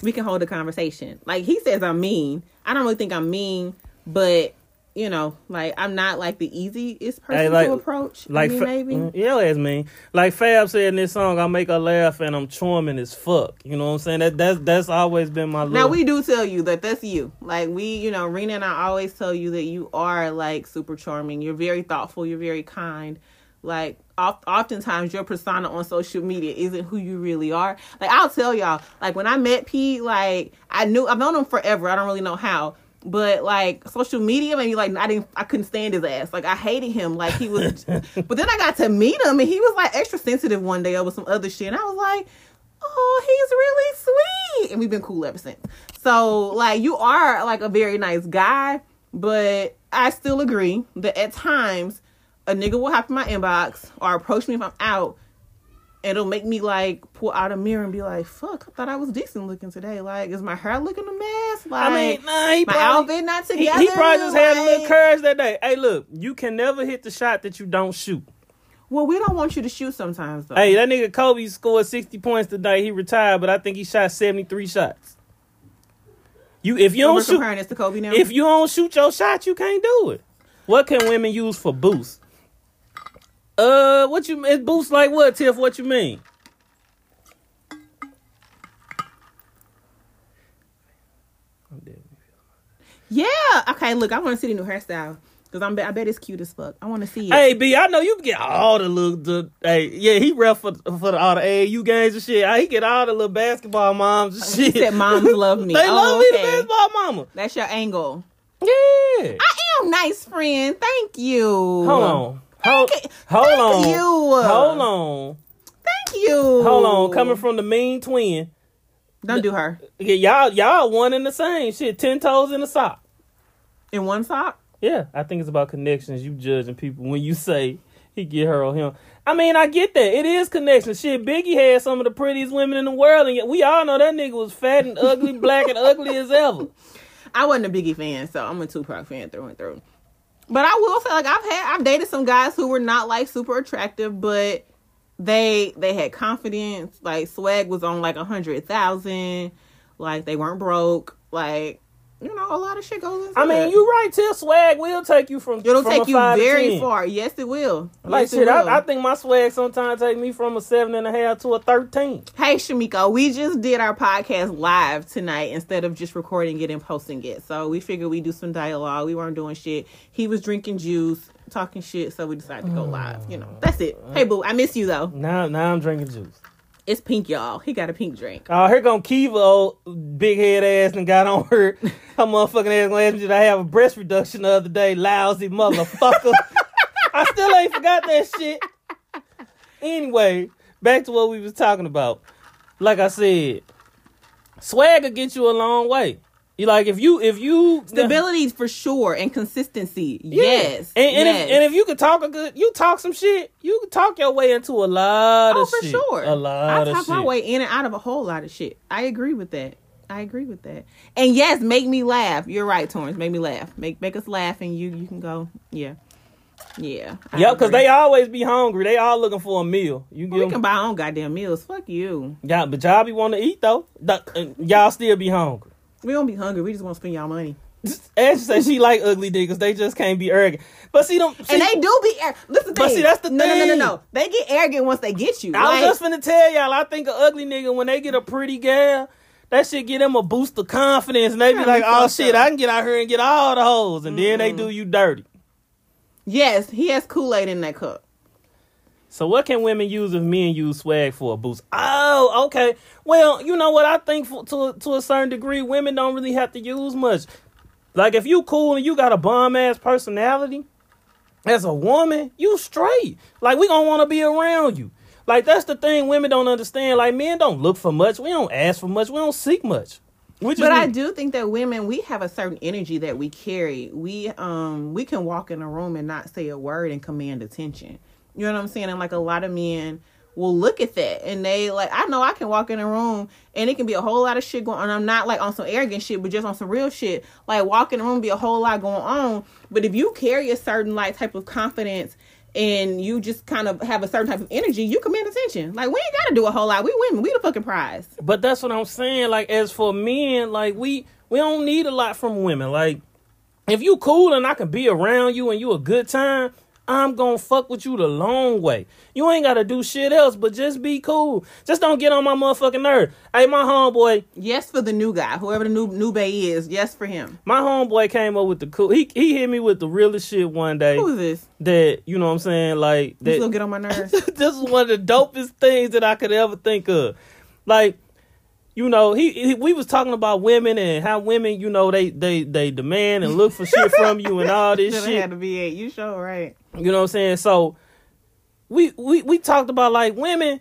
A: we can hold a conversation. Like he says I'm mean. I don't really think I'm mean, but you know, like I'm not like the easiest person
B: Hey, like-
A: to approach. Like
B: Like
A: I mean,
B: Fa-
A: maybe.
B: Mm, yeah, that's me. Like Fab said in this song, I make her laugh and I'm charming as fuck. You know what I'm saying? That that's that's always been my.
A: Now
B: little-
A: we do tell you that that's you. Like we, you know, Rena and I always tell you that you are like super charming. You're very thoughtful. You're very kind. Like oft- oftentimes your persona on social media isn't who you really are. Like I'll tell y'all. Like when I met Pete, like I knew I've known him forever. I don't really know how. But like social media made me like I didn't I couldn't stand his ass. Like I hated him. Like he was but then I got to meet him and he was like extra sensitive one day over some other shit. And I was like, oh, he's really sweet. And we've been cool ever since. So, like, you are like a very nice guy, but I still agree that at times a nigga will hop in my inbox or approach me if I'm out. And it'll make me like pull out a mirror and be like, "Fuck! I thought I was decent looking today. Like, is my hair looking a mess? Like,
B: I mean, nah, he
A: my
B: probably-
A: outfit not
B: He,
A: together.
B: he probably just had a little
A: Like,
B: courage that day. Hey, look, you can never hit the shot that you don't shoot.
A: Well, we don't want you to shoot sometimes though.
B: Hey, that nigga Kobe scored 60 points today. He retired, but I think he shot 73 shots. You if you
A: We're
B: don't shoot
A: comparing this to Kobe now.
B: if you don't shoot your shot, you can't do it. What can women use for boost? Uh, what you it boost like what, Tiff? What you mean? I'm dead.
A: Yeah. Okay. Look, I want to see the new hairstyle because I'm. I bet it's cute as fuck. I want to see it.
B: Hey B, I know you get all the little the hey yeah he ref for for the, all the AAU games and shit. He get all the little basketball moms and
A: She
B: shit.
A: said moms love me.
B: They
A: Oh,
B: love me,
A: okay.
B: the basketball mama.
A: That's your angle.
B: Yeah.
A: I am nice friend. Thank you.
B: Hold on. Hold,
A: Thank-
B: hold
A: thank
B: on.
A: you.
B: Hold on.
A: Thank you.
B: Hold on. Coming from the mean twin.
A: Don't do her
B: Yeah, y'all y'all one and the same shit. Ten toes in a sock.
A: in one sock.
B: Yeah, I think it's about connections. You judging people when you say he get her or him. I mean, I get that. It is connections. Shit, Biggie had some of the prettiest women in the world, and yet we all know that nigga was fat and ugly, black and ugly as ever.
A: I wasn't a Biggie fan, so I'm a Tupac fan through and through. But I will say, like I've had, I've dated some guys who were not like super attractive, but they they had confidence. Like swag was on like a hundred thousand. Like they weren't broke. Like you know, a lot of shit goes. Into
B: I mean,
A: that.
B: you right. Till swag will take you from
A: It'll
B: from a
A: take you
B: five to
A: very
B: 10.
A: far. Yes, it will.
B: Like
A: Yes, it
B: shit,
A: will.
B: I, I think my swag sometimes take me from a seven and a half to a thirteen.
A: Hey, Shamiko, we just did our podcast live tonight instead of just recording it and posting it. So we figured we do some dialogue. We weren't doing shit. He was drinking juice, talking shit, so we decided to go live. You know, that's it. Hey, boo, I miss you though.
B: Now, now I'm drinking juice.
A: It's pink, y'all. He got a pink drink.
B: Oh, here come Kiva, old big head ass, and got on her. Her motherfucking ass gonna ask me, did I have a breast reduction the other day? Lousy motherfucker. I still ain't forgot that shit. Anyway, back to what we was talking about. Like I said, swag will get you a long way. You like if you if you
A: Stability for sure and consistency.
B: Yeah.
A: Yes.
B: and and,
A: yes.
B: If, and if you could talk a good, you talk some shit. You can talk your way into a lot
A: oh,
B: of
A: for
B: shit.
A: sure.
B: a lot
A: I
B: of
A: talk
B: shit.
A: my way in and out of a whole lot of shit. I agree with that. I agree with that. And yes, make me laugh. You're right, Torrance. Make me laugh. Make make us laugh, and you you can go. Yeah, yeah. I
B: Yep, because
A: agree.
B: they always be hungry. They all looking for a meal. You give
A: we
B: 'em-
A: can buy our own goddamn meals. Fuck you.
B: Yeah, but y'all be want to eat though. Duck- and Y'all still be hungry.
A: We don't be hungry. We just want to spend y'all money.
B: Ash said she like ugly niggas. They just can't be arrogant. But see them. See,
A: and they do be. Ar- Listen,
B: But see, that's the
A: no, No, no,
B: thing.
A: no, no. They get arrogant once they get you.
B: I was
A: Like,
B: just finna tell y'all. I think an ugly nigga when they get a pretty girl, that shit give them a boost of confidence, and they be
A: Yeah,
B: like,
A: they
B: "Oh
A: fucked up.
B: shit,
A: Mm.
B: I can get out here and get all the hoes," and then they do you dirty.
A: yes, he has Kool Aid in that cup.
B: So what can women use if men use swag for a boost? Oh, okay. Well, you know what? I think for, to to a certain degree, women don't really have to use much. Like if you cool and you got a bum ass personality, as a woman, you straight. Like we gonna want to be around you. Like that's the thing women don't understand. Like men don't look for much. We don't ask for much. We don't seek much. We just
A: But I
B: need-
A: do think that women we have a certain energy that we carry. We um we can walk in a room and not say a word and command attention. You know what I'm saying? And like a lot of men will look at that and they like I know I can walk in a room and it can be a whole lot of shit going on. I'm not like on some arrogant shit, but just on some real shit. Like walk in a room be a whole lot going on. But if you carry a certain like type of confidence and you just kind of have a certain type of energy, you command attention. Like we ain't gotta do a whole lot. We women, we the fucking prize.
B: But that's what I'm saying. Like as for men, like we we don't need a lot from women. Like if you cool and I can be around you and you a good time, I'm gonna fuck with you the long way. You ain't gotta do shit else, but just be cool. Just don't get on my motherfucking nerve. Hey, my homeboy,
A: Yes for the new guy, whoever the new new bay is. Yes for him.
B: my homeboy came up with the cool. He he hit me with the realest shit one day.
A: Who is this?
B: That you know what I'm saying? Like
A: You still
B: that.
A: get on my nerves.
B: this is one of the dopest things that I could ever think of. Like, you know, he, he we was talking about women and how women, you know, they they they demand and look for shit from you and all this
A: Should have
B: shit.
A: had to be eight. You sure right?
B: You know what I'm saying? So we we we talked about like women,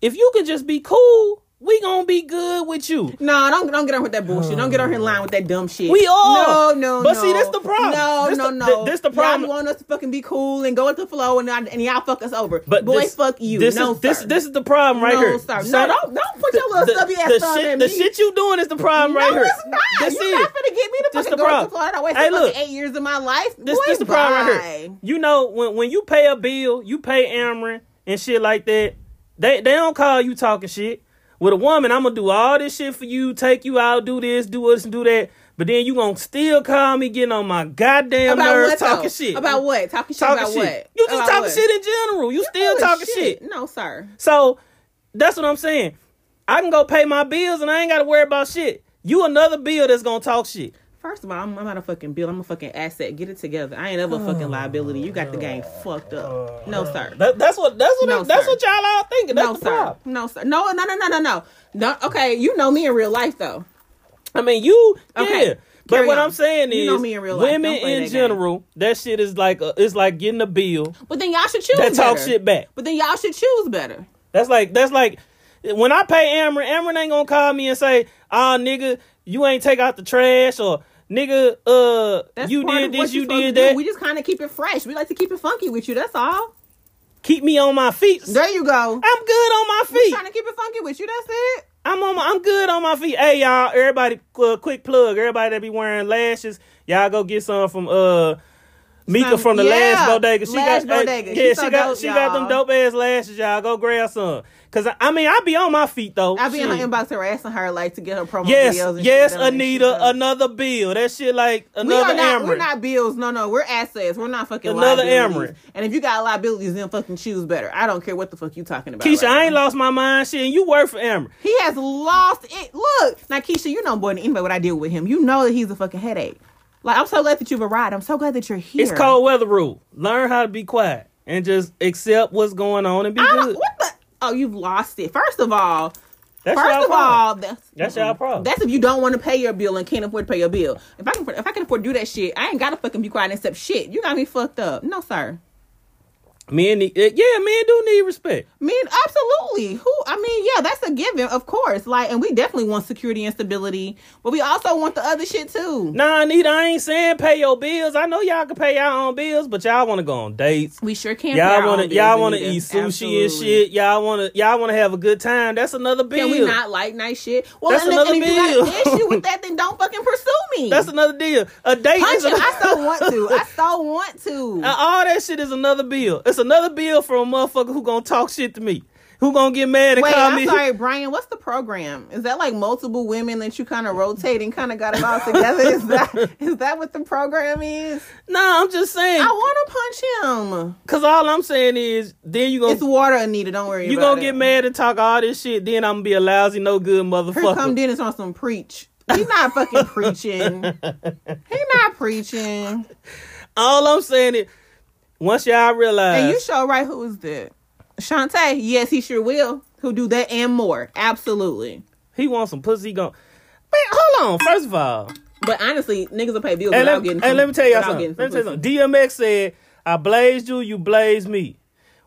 B: if you could just be cool, we gonna be good with you.
A: No, don't don't get on with that bullshit. Don't get on here lying with that dumb shit.
B: Oh. We all-
A: no no.
B: but
A: no.
B: see, this the problem.
A: No
B: This
A: no
B: the-
A: no.
B: thi- this the problem.
A: Y'all want us to fucking be cool and go with the flow and not, and y'all fuck us over.
B: But
A: boy,
B: this,
A: fuck you.
B: This
A: no
B: is this
A: sir.
B: this is the problem right
A: no,
B: here.
A: Sir.
B: So-
A: No don't don't put your little
B: the,
A: stubby ass
B: the
A: thumb
B: shit,
A: at
B: the
A: me.
B: shit you doing is the problem
A: no,
B: right here.
A: it's not.
B: This
A: You're
B: is.
A: not gonna get me to
B: This
A: fucking
B: the
A: go
B: problem.
A: to Florida. I
B: Hey,
A: wasted
B: look.
A: fucking eight years of my life.
B: This
A: boy,
B: this the problem right
A: bye.
B: here. You know when when you pay a bill, you pay Amron and shit like that. They they don't call you talking shit. With a woman, I'm gonna do all this shit for you, take you out, do this, do this, and do that. But then you gonna still call me getting on my goddamn
A: About
B: nerves
A: what though?
B: talking shit.
A: About what? Talking shit
B: talking
A: about
B: shit.
A: what?
B: You just
A: About
B: talking
A: what?
B: shit in general. You
A: Full
B: still
A: of
B: talking shit.
A: No, sir.
B: So that's what I'm saying. I can go pay my bills and I ain't gotta worry about shit. You another bill that's gonna talk shit.
A: First of all, I'm, I'm not a fucking bill. I'm a fucking asset. Get it together. I ain't ever a fucking liability. You got the game fucked up. No, sir.
B: That, Oh, that's what that's what
A: No,
B: that's
A: sir.
B: what y'all all thinking. That's
A: No,
B: the
A: sir.
B: problem.
A: No, sir. No, no, no, no, no, no. No. Okay, you know me in real life though.
B: I mean, you,
A: Okay.
B: yeah. But
A: Carry
B: what
A: on.
B: I'm saying is,
A: You know me in real life.
B: women
A: Don't play
B: in
A: that game.
B: general, that shit is like a, it's like getting a bill
A: But then y'all should choose.
B: that talk
A: better.
B: shit back.
A: But then y'all should choose better.
B: That's like that's like when I pay Amron, Amron ain't gonna call me and say, "Ah, nigga, you ain't take out the trash," or "Nigga, uh,
A: That's
B: you
A: part of
B: did
A: what
B: this,
A: you're
B: you
A: supposed
B: did
A: to do.
B: that."
A: We just kind of keep it fresh. We like to keep it funky with you. That's all.
B: Keep me on my feet.
A: There you go.
B: I'm good on my feet.
A: Trying to keep it funky with you. That's it.
B: I'm on. My, I'm good on my feet. Hey y'all, everybody, uh, quick plug. Everybody that be wearing lashes, y'all go get some from uh Mika
A: Some-
B: from the
A: yeah,
B: Lash Bodega. She
A: Lash
B: got, hey,
A: Bodega.
B: yeah,
A: She's
B: she
A: so
B: got
A: dope,
B: she got them
A: y'all.
B: dope ass lashes. Y'all go grab some. Cause I, I mean, I be on my feet though.
A: I be in her
B: Shit.
A: inbox harassing her like to get her promo videos.
B: Yes,
A: And
B: yes,
A: shit done. She
B: Anita,
A: done.
B: another bill. That shit like
A: We
B: another
A: are not. We're
B: Amber.
A: not bills. No, no, we're assets. We're not fucking
B: Another
A: liabilities.
B: Amarin.
A: And if you got liabilities, then fucking choose better. I don't care what the fuck you talking about.
B: Keisha,
A: right
B: I ain't
A: now.
B: lost my mind. Shit, and you work for Amber.
A: He has lost it. Look now, Keisha, you know more than anybody what I deal with him. You know that he's a fucking headache. Like I'm so glad that you've arrived. I'm so glad that you're here.
B: It's cold weather rule. Learn how to be quiet and just accept what's going on and be
A: I
B: good.
A: don't, what the? Oh, you've lost it. First of all,
B: That's y'all
A: First of
B: problem.
A: all, that's,
B: That's y'all problem.
A: That's if you don't want to pay your bill and can't afford to pay your bill. If I can, if I can afford to do that shit, I ain't gotta fucking be quiet and accept shit. You got me fucked up. No, sir.
B: Men, need, eh, yeah, men do need respect.
A: Men, absolutely. Who? I mean, yeah, that's a given, of course. Like, and we definitely want security and stability, but we also want the other shit too.
B: Nah, Anita, I ain't saying pay your bills. I know y'all can pay y'all own bills, but y'all want to go on dates.
A: We sure can't. pay
B: Y'all
A: our
B: want
A: own
B: to y'all
A: bills,
B: want to
A: Anita.
B: eat sushi
A: Absolutely.
B: and shit. Y'all want to y'all want to have a good time. That's another bill.
A: Can we not like nice shit? Well,
B: That's
A: and,
B: another
A: and if you got an
B: bill.
A: issue with that, then don't fucking pursue me.
B: That's another deal. A date
A: Punch
B: is a,
A: him. I so want to. I so want to.
B: all that shit is another bill. It's another bill for a motherfucker who gonna talk shit to me, who gonna get mad and
A: Wait,
B: call
A: I'm
B: me.
A: sorry, Brian. What's the program? Is that like multiple women that you kind of rotate and kind of got it all together? Is that is that what the program is?
B: Nah, I'm just saying.
A: I want to punch him.
B: Cause all I'm saying is, then you gonna
A: It's water, Anita. Don't worry.
B: Oh. you
A: about
B: gonna
A: it.
B: get mad and talk all this shit. Then I'm gonna be a lousy, no
A: Here
B: good motherfucker.
A: come Dennis on some preach. He's not fucking preaching. He not preaching.
B: All I'm saying is, once y'all realize,
A: And you show right who is that? Shantae. Yes, he sure will. Who do that and more? Absolutely.
B: he wants some pussy, he gon' man. Hold on. First of all,
A: But honestly, niggas will pay bills
B: and
A: without
B: let,
A: getting.
B: and let me tell y'all
A: without
B: something.
A: getting
B: Let me tell you
A: pussy.
B: something. DMX said, "I blazed you, you blazed me.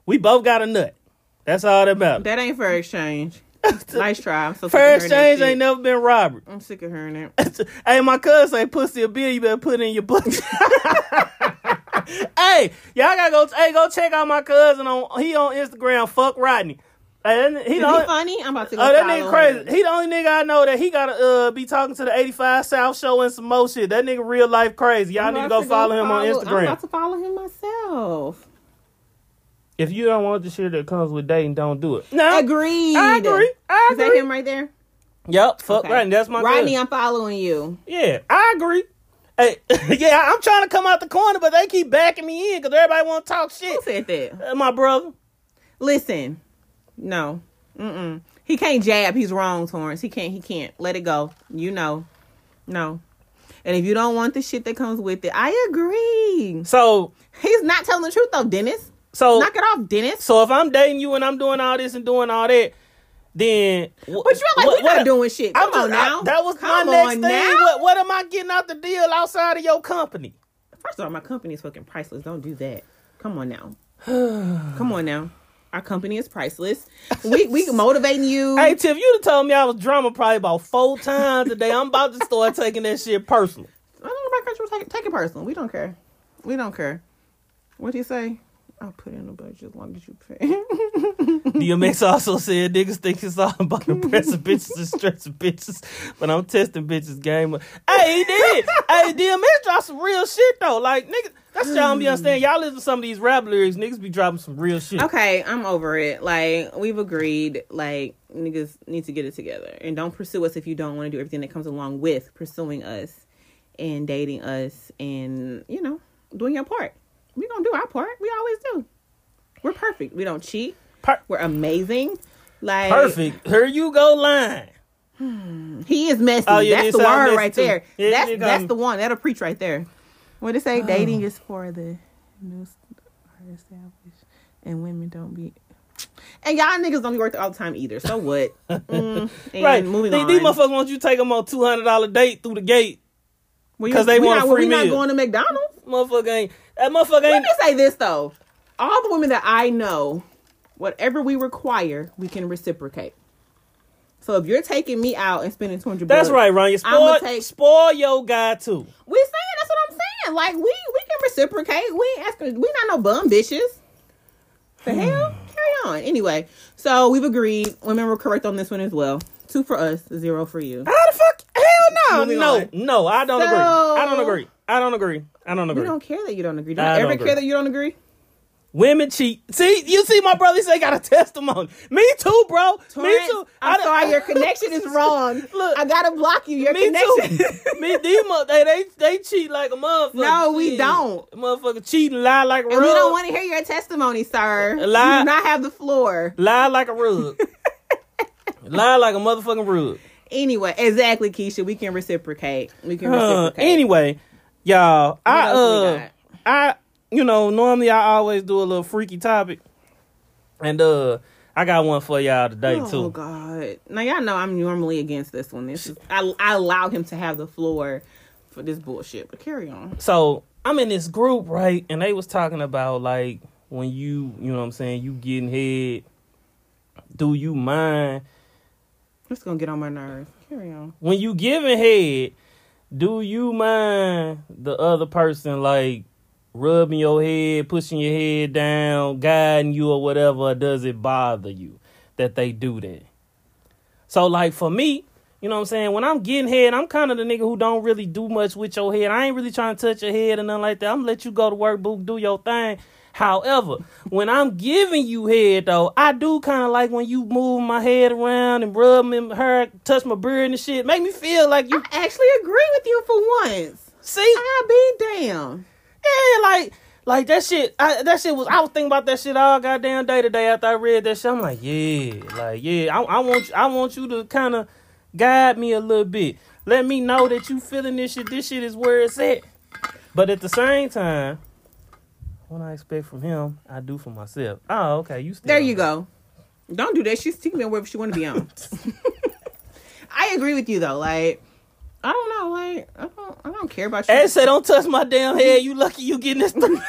B: We both got a nut. That's all that matters.
A: That ain't fair exchange. nice try. I'm so sick of
B: Fair
A: hearing that
B: exchange
A: shit.
B: ain't never been robbery.
A: I'm sick of hearing it.
B: hey, my cousin ain't pussy a bill. You better put it in your book. hey, y'all gotta go. Hey, go check out my cousin on he on Instagram. Fuck Rodney. Hey, that- he
A: Is
B: don't-
A: he funny? I'm about to go.
B: Oh, that
A: follow
B: nigga crazy.
A: him.
B: He the only nigga I know that he gotta uh, be talking to the 85 South show and some more shit. That nigga real life crazy. Y'all
A: I'm
B: need to
A: about
B: go follow him on
A: follow- I'm
B: Instagram.
A: about to follow him myself.
B: If you don't want the shit that comes with dating, don't do it. No.
A: Agreed.
B: I agree. I
A: Is that
B: agree.
A: him right there?
B: Yep. Fuck
A: Okay.
B: Rodney. That's my
A: Rodney,
B: cousin.
A: I'm following you.
B: Yeah, I agree. Hey, yeah, I'm trying to come out the corner, but they keep backing me in because everybody want to talk
A: Who
B: shit.
A: said that?
B: Uh, My brother.
A: Listen, no, mm-mm. He can't jab. He's wrong, Torrance. He can't. He can't. Let it go. You know, no. And if you don't want the shit that comes with it, I agree.
B: So,
A: He's not telling the truth though, Dennis.
B: so,
A: Knock it off, Dennis.
B: so if I'm dating you and I'm doing all this and doing all that, then wh-
A: But you're like,
B: what-
A: we're not
B: what-
A: doing shit. Come
B: I'm just-
A: on now.
B: I- that was
A: Come
B: my next
A: on
B: thing.
A: now.
B: What, what am I getting out the deal outside of your company?
A: First of all, my company is fucking priceless. Don't do that. Come on now. Come on now. Our company is priceless. We we motivating you.
B: Hey Tiff, you'd have told me I was drama probably about four times a day. I'm about to start taking that shit personal.
A: I don't know about country. Take, take it personal. We don't care. We don't care. What do you say? I'll put in a budget as long as you pay.
B: DMX also said niggas think it's all about impressing bitches and stressing bitches, but I'm testing bitches game. Hey, he did. hey, DMX dropped some real shit though. Like niggas, that's y'all don't be understand. Y'all listen to some of these rap lyrics, niggas be dropping some real shit.
A: okay, I'm over it. Like we've agreed. Like niggas need to get it together and don't pursue us if you don't want to do everything that comes along with pursuing us and dating us and you know doing your part. We gonna do our part. We always do. We're perfect. We don't cheat.
B: Per-
A: We're amazing. Like
B: Perfect. Here you go, line.
A: He is messy.
B: Oh, yeah,
A: that's
B: you
A: the
B: sound
A: word
B: messy
A: right
B: too.
A: there.
B: Yeah, you
A: that's
B: did
A: that's
B: come-
A: the one. That'll preach right there. Uh-uh. What it say? Dating is for the new s- are established, and women don't be. And y'all niggas don't be worth it all the time either. So what? Mm, and
B: Right.
A: Moving
B: These-
A: on.
B: These motherfuckers want you to take them on two hundred dollar date through the gate.
A: We-
B: 'cause they
A: we
B: want a
A: not, we
B: free
A: not
B: meal.
A: going to McDonald's.
B: Motherfucker ain't. That motherfucker
A: Let
B: ain't.
A: me say this though. All the women that I know, whatever we require, we can reciprocate. So if you're taking me out and spending two hundred,
B: That's right, Ron. You
A: I'ma
B: spoil,
A: take-
B: spoil your guy too.
A: We saying that's what I'm saying. Like we we can reciprocate. We ain't asking. We not no bum bitches. The
B: Hmm.
A: hell? Carry on. Anyway, so we've agreed. Women were correct on this one as well. Two for us, zero for you.
B: How the fuck? Hell no,
A: Moving
B: no,
A: on.
B: no. I don't agree.
A: So-
B: I don't agree. I don't agree. I don't
A: You
B: agree.
A: don't care that you don't agree. Don't
B: I
A: ever
B: don't agree.
A: care that you don't agree.
B: Women cheat. See, you see, my brother say got a testimony. Me too, bro. me
A: Torrance,
B: too.
A: I'm
B: I-
A: sorry, your connection is wrong.
B: Look,
A: I gotta block you. Your
B: me
A: connection.
B: too. me, these mo- they, they they cheat like a motherfucker.
A: No, we
B: Shit.
A: don't.
B: Motherfucker cheat and lie like a
A: and
B: rug.
A: we don't want to hear your testimony, sir.
B: A lie.
A: You do not have the floor.
B: lie like a rug. lie like a motherfucking rug.
A: Anyway, exactly, Keisha. We can reciprocate. We can
B: Uh,
A: reciprocate.
B: anyway, y'all, I
A: else we
B: uh,
A: got?
B: I you know normally I always do a little freaky topic, and uh, I got one for y'all today
A: Oh
B: too.
A: God! Now y'all know I'm normally against this one. This is, I I allow him to have the floor for this bullshit. But carry on.
B: So I'm in this group right, and they was talking about like when you you know what I'm saying you getting head. Do you mind
A: It's gonna get on my nerves. Carry on.
B: when you giving head? Do you mind the other person like rubbing your head, pushing your head down, guiding you or whatever? Or does it bother you that they do that? So like for me, you know what I'm saying? When I'm getting head, I'm kind of the nigga who don't really do much with your head. I ain't really trying to touch your head or nothing like that. I'm gonna let you go to work, boo, do your thing. However, when I'm giving you head though, I do kind of like when you move my head around and rub my hair, touch my beard and shit. Make me feel like you
A: I actually agree with you for once.
B: see.
A: I be damn.
B: Yeah, like like that shit. I, that shit was. I was thinking about that shit all goddamn day today after I read that shit. I'm like, yeah, like yeah. I, I want you- I want you to kind of guide me a little bit. Let me know that you feeling this shit. This shit is where it's at. But at the same time, what I expect from him, I do for myself. Oh, okay. You still
A: There you go. Don't do that. She's taking me on wherever she want to be on. I agree with you though. Like I don't know. Like I don't. I don't care about you.
B: Ed said, "Don't touch my damn head. You lucky you getting this." Three-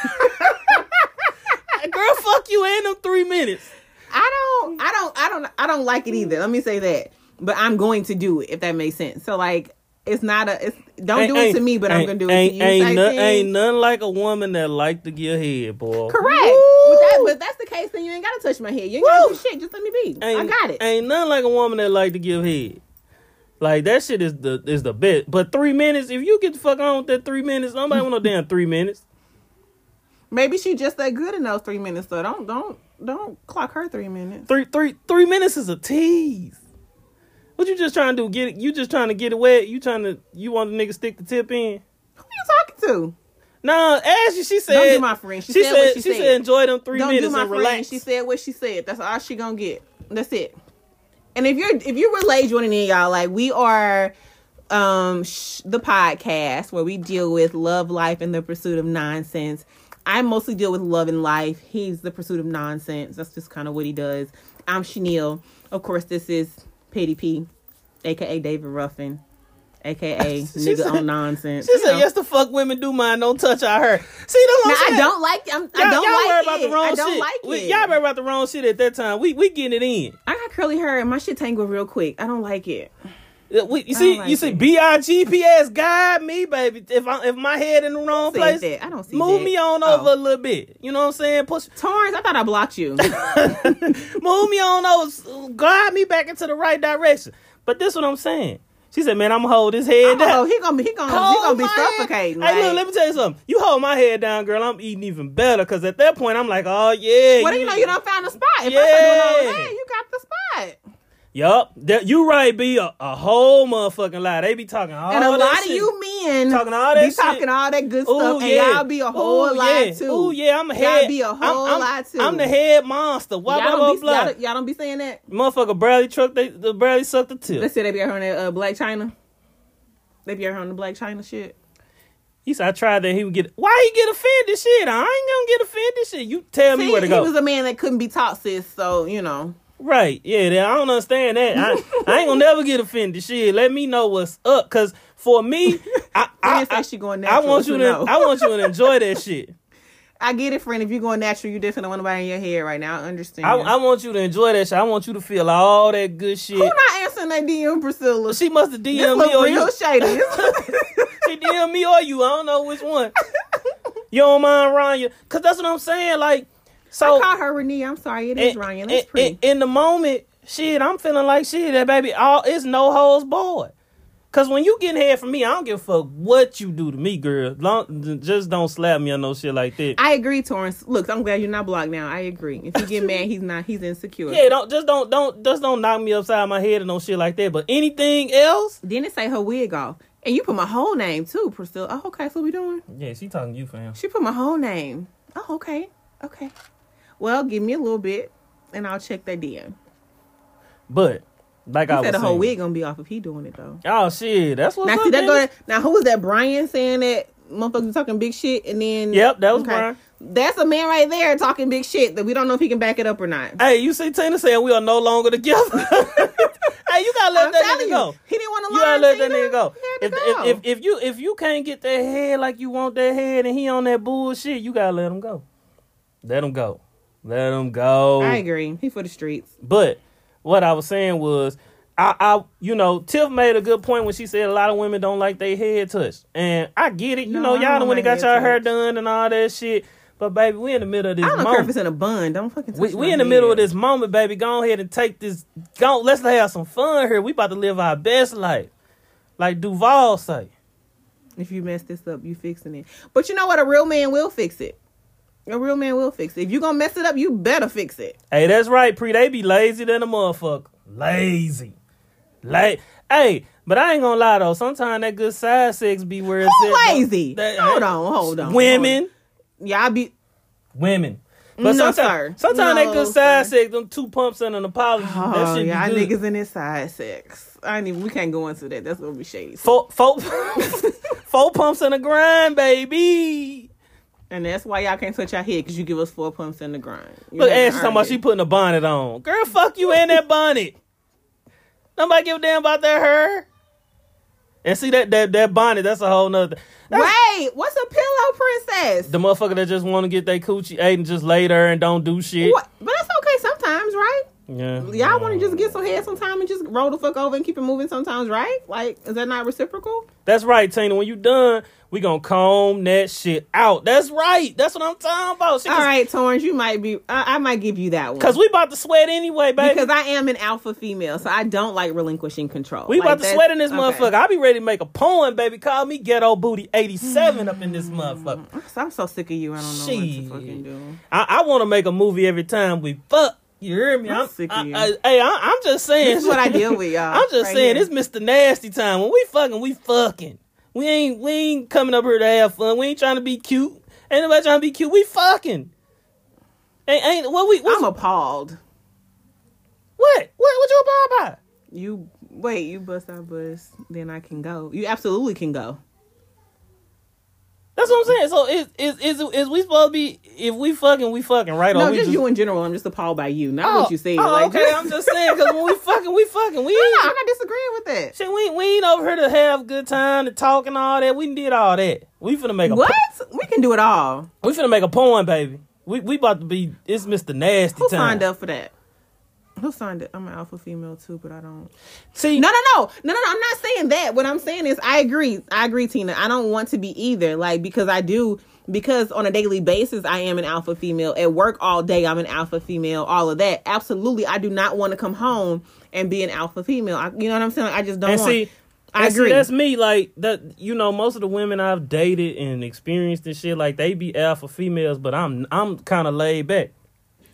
B: Girl, fuck you in them three minutes.
A: I don't, I don't, I don't, I don't like it either. Let me say that. But I'm going to do it if that makes sense. So like, it's not a, it's don't do it to me, but I'm
B: ain't-
A: gonna do it
B: ain't,
A: to you.
B: Ain't,
A: type
B: no-
A: thing.
B: ain't nothing like a woman that like to get head, boy.
A: Correct. But, that, but that's the case. Then you ain't gotta touch my head. You ain't gotta do shit. Just let me be. I
B: Ain't-
A: got it.
B: Ain't nothing like a woman that like to give head. Like that shit is the is the best. But three minutes, if you get the fuck on with that three minutes, nobody want no damn three minutes.
A: Maybe she just that good in those three minutes. So don't, don't, don't clock her three minutes.
B: Three three three minutes is a tease. What you just trying to do? Get it? You just trying to get it wet? You trying to you want the nigga stick the tip in?
A: Who you talking to?
B: No, Ashley, she said.
A: Don't do my friend. She, said, what she,
B: she
A: said.
B: said enjoy them 3
A: Don't
B: minutes
A: do my
B: and
A: friend.
B: relax.
A: She said what she said. That's all she gonna get. That's it. And if you're if you're relay joining in, y'all, like we are um sh- the podcast where we deal with love, life, and the pursuit of nonsense. I mostly deal with love and life. He's the pursuit of nonsense. That's just kind of what he does. I'm Chenille. Of course, this is Petty P, aka David Ruffin, aka nigga
B: said-
A: on nonsense.
B: She
A: You
B: said,
A: know.
B: yes, the fuck women do mine. Don't touch our her. See, that's
A: Now,
B: what I'm
A: I
B: saying.
A: don't like. I'm, I
B: Y'all-
A: don't
B: y'all
A: like
B: worry about
A: it.
B: the wrong
A: I don't
B: shit.
A: like it.
B: We- y'all worry about the wrong shit at that time. We we getting it in.
A: I got curly hair and my shit tangled real quick. I don't like it.
B: Uh, we- you see,
A: like
B: you see,
A: it.
B: B I G P S guide me, baby. If I if my head in the wrong
A: See
B: place,
A: that. I don't see
B: move
A: that.
B: me on
A: Oh.
B: over a little bit. You know what I'm saying? Push,
A: Torrance, I thought I blocked you.
B: move me on over, guide me back into the right direction. But this what I'm saying. She said, "Man, I'm gonna hold this head down."
A: oh, he gonna be he gonna he gonna
B: Hold
A: be
B: my head-
A: suffocating.
B: Hey, look,
A: like-
B: let me tell you something. You hold my head down, girl. I'm eating even better because at that point I'm like, oh yeah.
A: what do you know? You don't found a spot. If I start doing all
B: Yeah.
A: that, you got the spot.
B: Yup, that you right. Be a, a whole motherfucking lie. They be talking all
A: and a
B: that
A: lot of
B: shit.
A: you men
B: Talking all that
A: be
B: shit.
A: talking all that good stuff,
B: Ooh,
A: and
B: yeah.
A: y'all be a whole
B: Ooh,
A: lot
B: yeah.
A: too.
B: Ooh yeah, I'm a
A: Y'all
B: head.
A: be a
B: I'm-
A: whole
B: I'm,
A: lot too.
B: I'm the head monster. Blah
A: y'all,
B: blah
A: don't
B: blah
A: be,
B: blah.
A: y'all, y'all don't be saying that.
B: Motherfucker barely truck. They the barely sucked the
A: Let's
B: tip.
A: say they be out here on that uh, Black China. They be out here on the Black China shit.
B: He said I tried that. He would get. Why he get offended? Shit, I ain't gonna get offended. Shit, you tell me
A: See,
B: where to
A: he
B: go.
A: was a man that couldn't be taught, sis. So you know.
B: Right. Yeah, that- I don't understand that. I, I ain't gonna never get offended. Shit, let me know what's up. Cause for me, I
A: I,
B: I, I,
A: she going
B: I
A: natural.
B: want you to
A: know.
B: I want you to enjoy that shit.
A: I get it, friend. If you're going natural, you definitely don't want nobody in your head right now. I understand.
B: I, I want you to enjoy that shit. I want you to feel all that good shit.
A: Who not answering that DM, Priscilla?
B: she must have
A: this
B: DM
A: look
B: me or
A: real
B: you.
A: shady. This-
B: She DM me or you. I don't know which one. You don't mind Ryan? Cause that's what I'm saying. Like, so
A: I call her Renee. I'm sorry, it is
B: in-
A: Ryan. That's
B: in-
A: pretty.
B: in- in the moment, shit, I'm feeling like shit. That baby, all it's no holes barred. Cause when you getting head from me, I don't give a fuck what you do to me, girl. Long, just don't slap me or no shit like that.
A: I agree, Torrance. Look, I'm glad you're not blocked now. I agree. If you get mad, he's not. He's insecure.
B: yeah, don't just don't don't just don't knock me upside my head and no shit like that. But anything else,
A: Then it say her wig off, and you put my whole name too, Priscilla. Oh, okay. So we doing?
B: yeah, she talking to you, fam.
A: She put my whole name. Oh, okay. Okay. Well, give me a little bit, and I'll check that DM.
B: But like I
A: He
B: was
A: said the whole
B: saying-
A: wig gonna be off if he doing it though.
B: Oh shit, that's what's
A: Now,
B: up.
A: see, that
B: baby.
A: go now who was that Brian saying that motherfuckers talking big shit and then
B: Yep, that was Brian.
A: That's a man right there talking big shit that we don't know if he can back it up or not.
B: Hey, you see Tina saying we are no longer together. hey, you gotta let
A: I'm
B: that nigga
A: telling you,
B: go.
A: he didn't want to
B: You
A: lie.
B: gotta let
A: Tina.
B: that nigga go.
A: He
B: If,
A: had to go.
B: if, if, if you if you can't get that head like you want that head and he on that bullshit, you gotta let him go. Let him go. Let him go.
A: I agree, he for the streets.
B: But what I was saying was, I, I you know, Tiff made a good point when she said a lot of women don't like their head touched, and I get it. You
A: No,
B: know,
A: I
B: y'all
A: don't
B: done went and
A: like
B: got
A: head
B: y'all hair
A: touched.
B: done and all that shit. But baby, we in the middle of this.
A: I don't
B: moment.
A: care if it's in a bun. Don't fucking. Touch
B: We,
A: my
B: we in the middle of
A: head.
B: this moment, baby. Go ahead and take this. Go, let's have some fun here. We about to live our best life, like Duval say.
A: If you mess this up, you fixing it. But you know what? A real man will fix it. A real man will fix it. If you gonna mess it up, you better fix it.
B: Hey, that's right, pre. They be lazy than a motherfucker. Lazy, like hey. But I ain't gonna lie though. Sometimes that good side sex be where it's
A: Who
B: at, though.
A: lazy?
B: That-
A: hold on, hold on.
B: women,
A: hold on. y'all be
B: women.
A: No,
B: But
A: sir.
B: sometimes, sometimes
A: No,
B: they good side
A: sir.
B: sex. Them two pumps and an apology. that
A: Oh,
B: shit
A: y'all
B: be good.
A: niggas in this side sex. I ain't even, we can't go into that. That's gonna be shady.
B: Four, four, four pumps and a grind, baby.
A: And that's why y'all can't touch our head because you give us four pumps in the grind. You
B: Look,
A: haven't
B: Ashley talking about
A: earned
B: she
A: it.
B: putting a bonnet on. Girl, fuck you in that bonnet. Nobody give a damn about that hair. And see that that that bonnet, that's a whole nother. That's
A: Wait, what's a pillow princess?
B: The motherfucker that just want to get their coochie ate and just lay there and don't do shit.
A: What? But that's okay sometimes, right?
B: Yeah.
A: Y'all want to just get some head sometime and just roll the fuck over and keep it moving sometimes, right? Like, is that not reciprocal?
B: That's right, Tina. When you done, we gonna comb that shit out. That's right. That's what I'm talking about. She
A: All
B: just-
A: right, Torrance, you might be. I, I might give you that one
B: Cause we about to sweat anyway, baby.
A: because I am an alpha female, so I don't like relinquishing control.
B: we
A: Like,
B: about to
A: that's-
B: sweat in this
A: okay.
B: motherfucker. I be ready to make a poem, baby. Call me ghetto booty eighty seven up in this motherfucker.
A: So I'm so sick of you. I don't know
B: Shit.
A: what to fucking do.
B: I, I want to make a movie every time we fuck. You hear me?
A: I'm
B: I'm,
A: sick of
B: I-
A: you.
B: I- hey, I, I'm just saying.
A: This is what I deal with, y'all.
B: I'm just
A: right
B: saying.
A: here.
B: It's Mr. Nasty time. When we fucking, we fucking. We ain't we ain't coming up here to have fun. We ain't trying to be cute. Ain't nobody trying to be cute. We fucking. Ain't, ain't what we what's-
A: I'm appalled.
B: what what what you about by?
A: You wait, you bust our bus, then I can go. You absolutely can go.
B: That's what I'm saying. So is is is is we supposed to be if we fucking we fucking right?
A: No,
B: or we
A: just, you in general. I'm just appalled by you, not
B: Oh,
A: what you said.
B: oh,
A: like,
B: okay,
A: just-
B: I'm just saying because when we fucking we fucking we
A: No,
B: ain't,
A: I'm not disagreeing with that.
B: shit, we ain't- we ain't over here to have good time to talk and all that. We did all that. We finna make a
A: What? We can do it all.
B: We finna make a porn, baby. We we about to be. It's Mr. Nasty
A: Who
B: time.
A: signed up for that? Who signed up? I'm an alpha female too, but I don't.
B: See,
A: No, no, no, no, no, no. I'm not saying that. What I'm saying is, I agree. I agree, Tina. I don't want to be either. Like because I do because on a daily basis, I am an alpha female at work all day. I'm an alpha female. All of that. Absolutely, I do not want to come home and be an alpha female. I, you know what I'm saying? I just don't.
B: and
A: want,
B: see,
A: I
B: and see,
A: agree.
B: that's me. Like that, you know, most of the women I've dated and experienced and shit, like they be alpha females, but I'm I'm kind of laid back.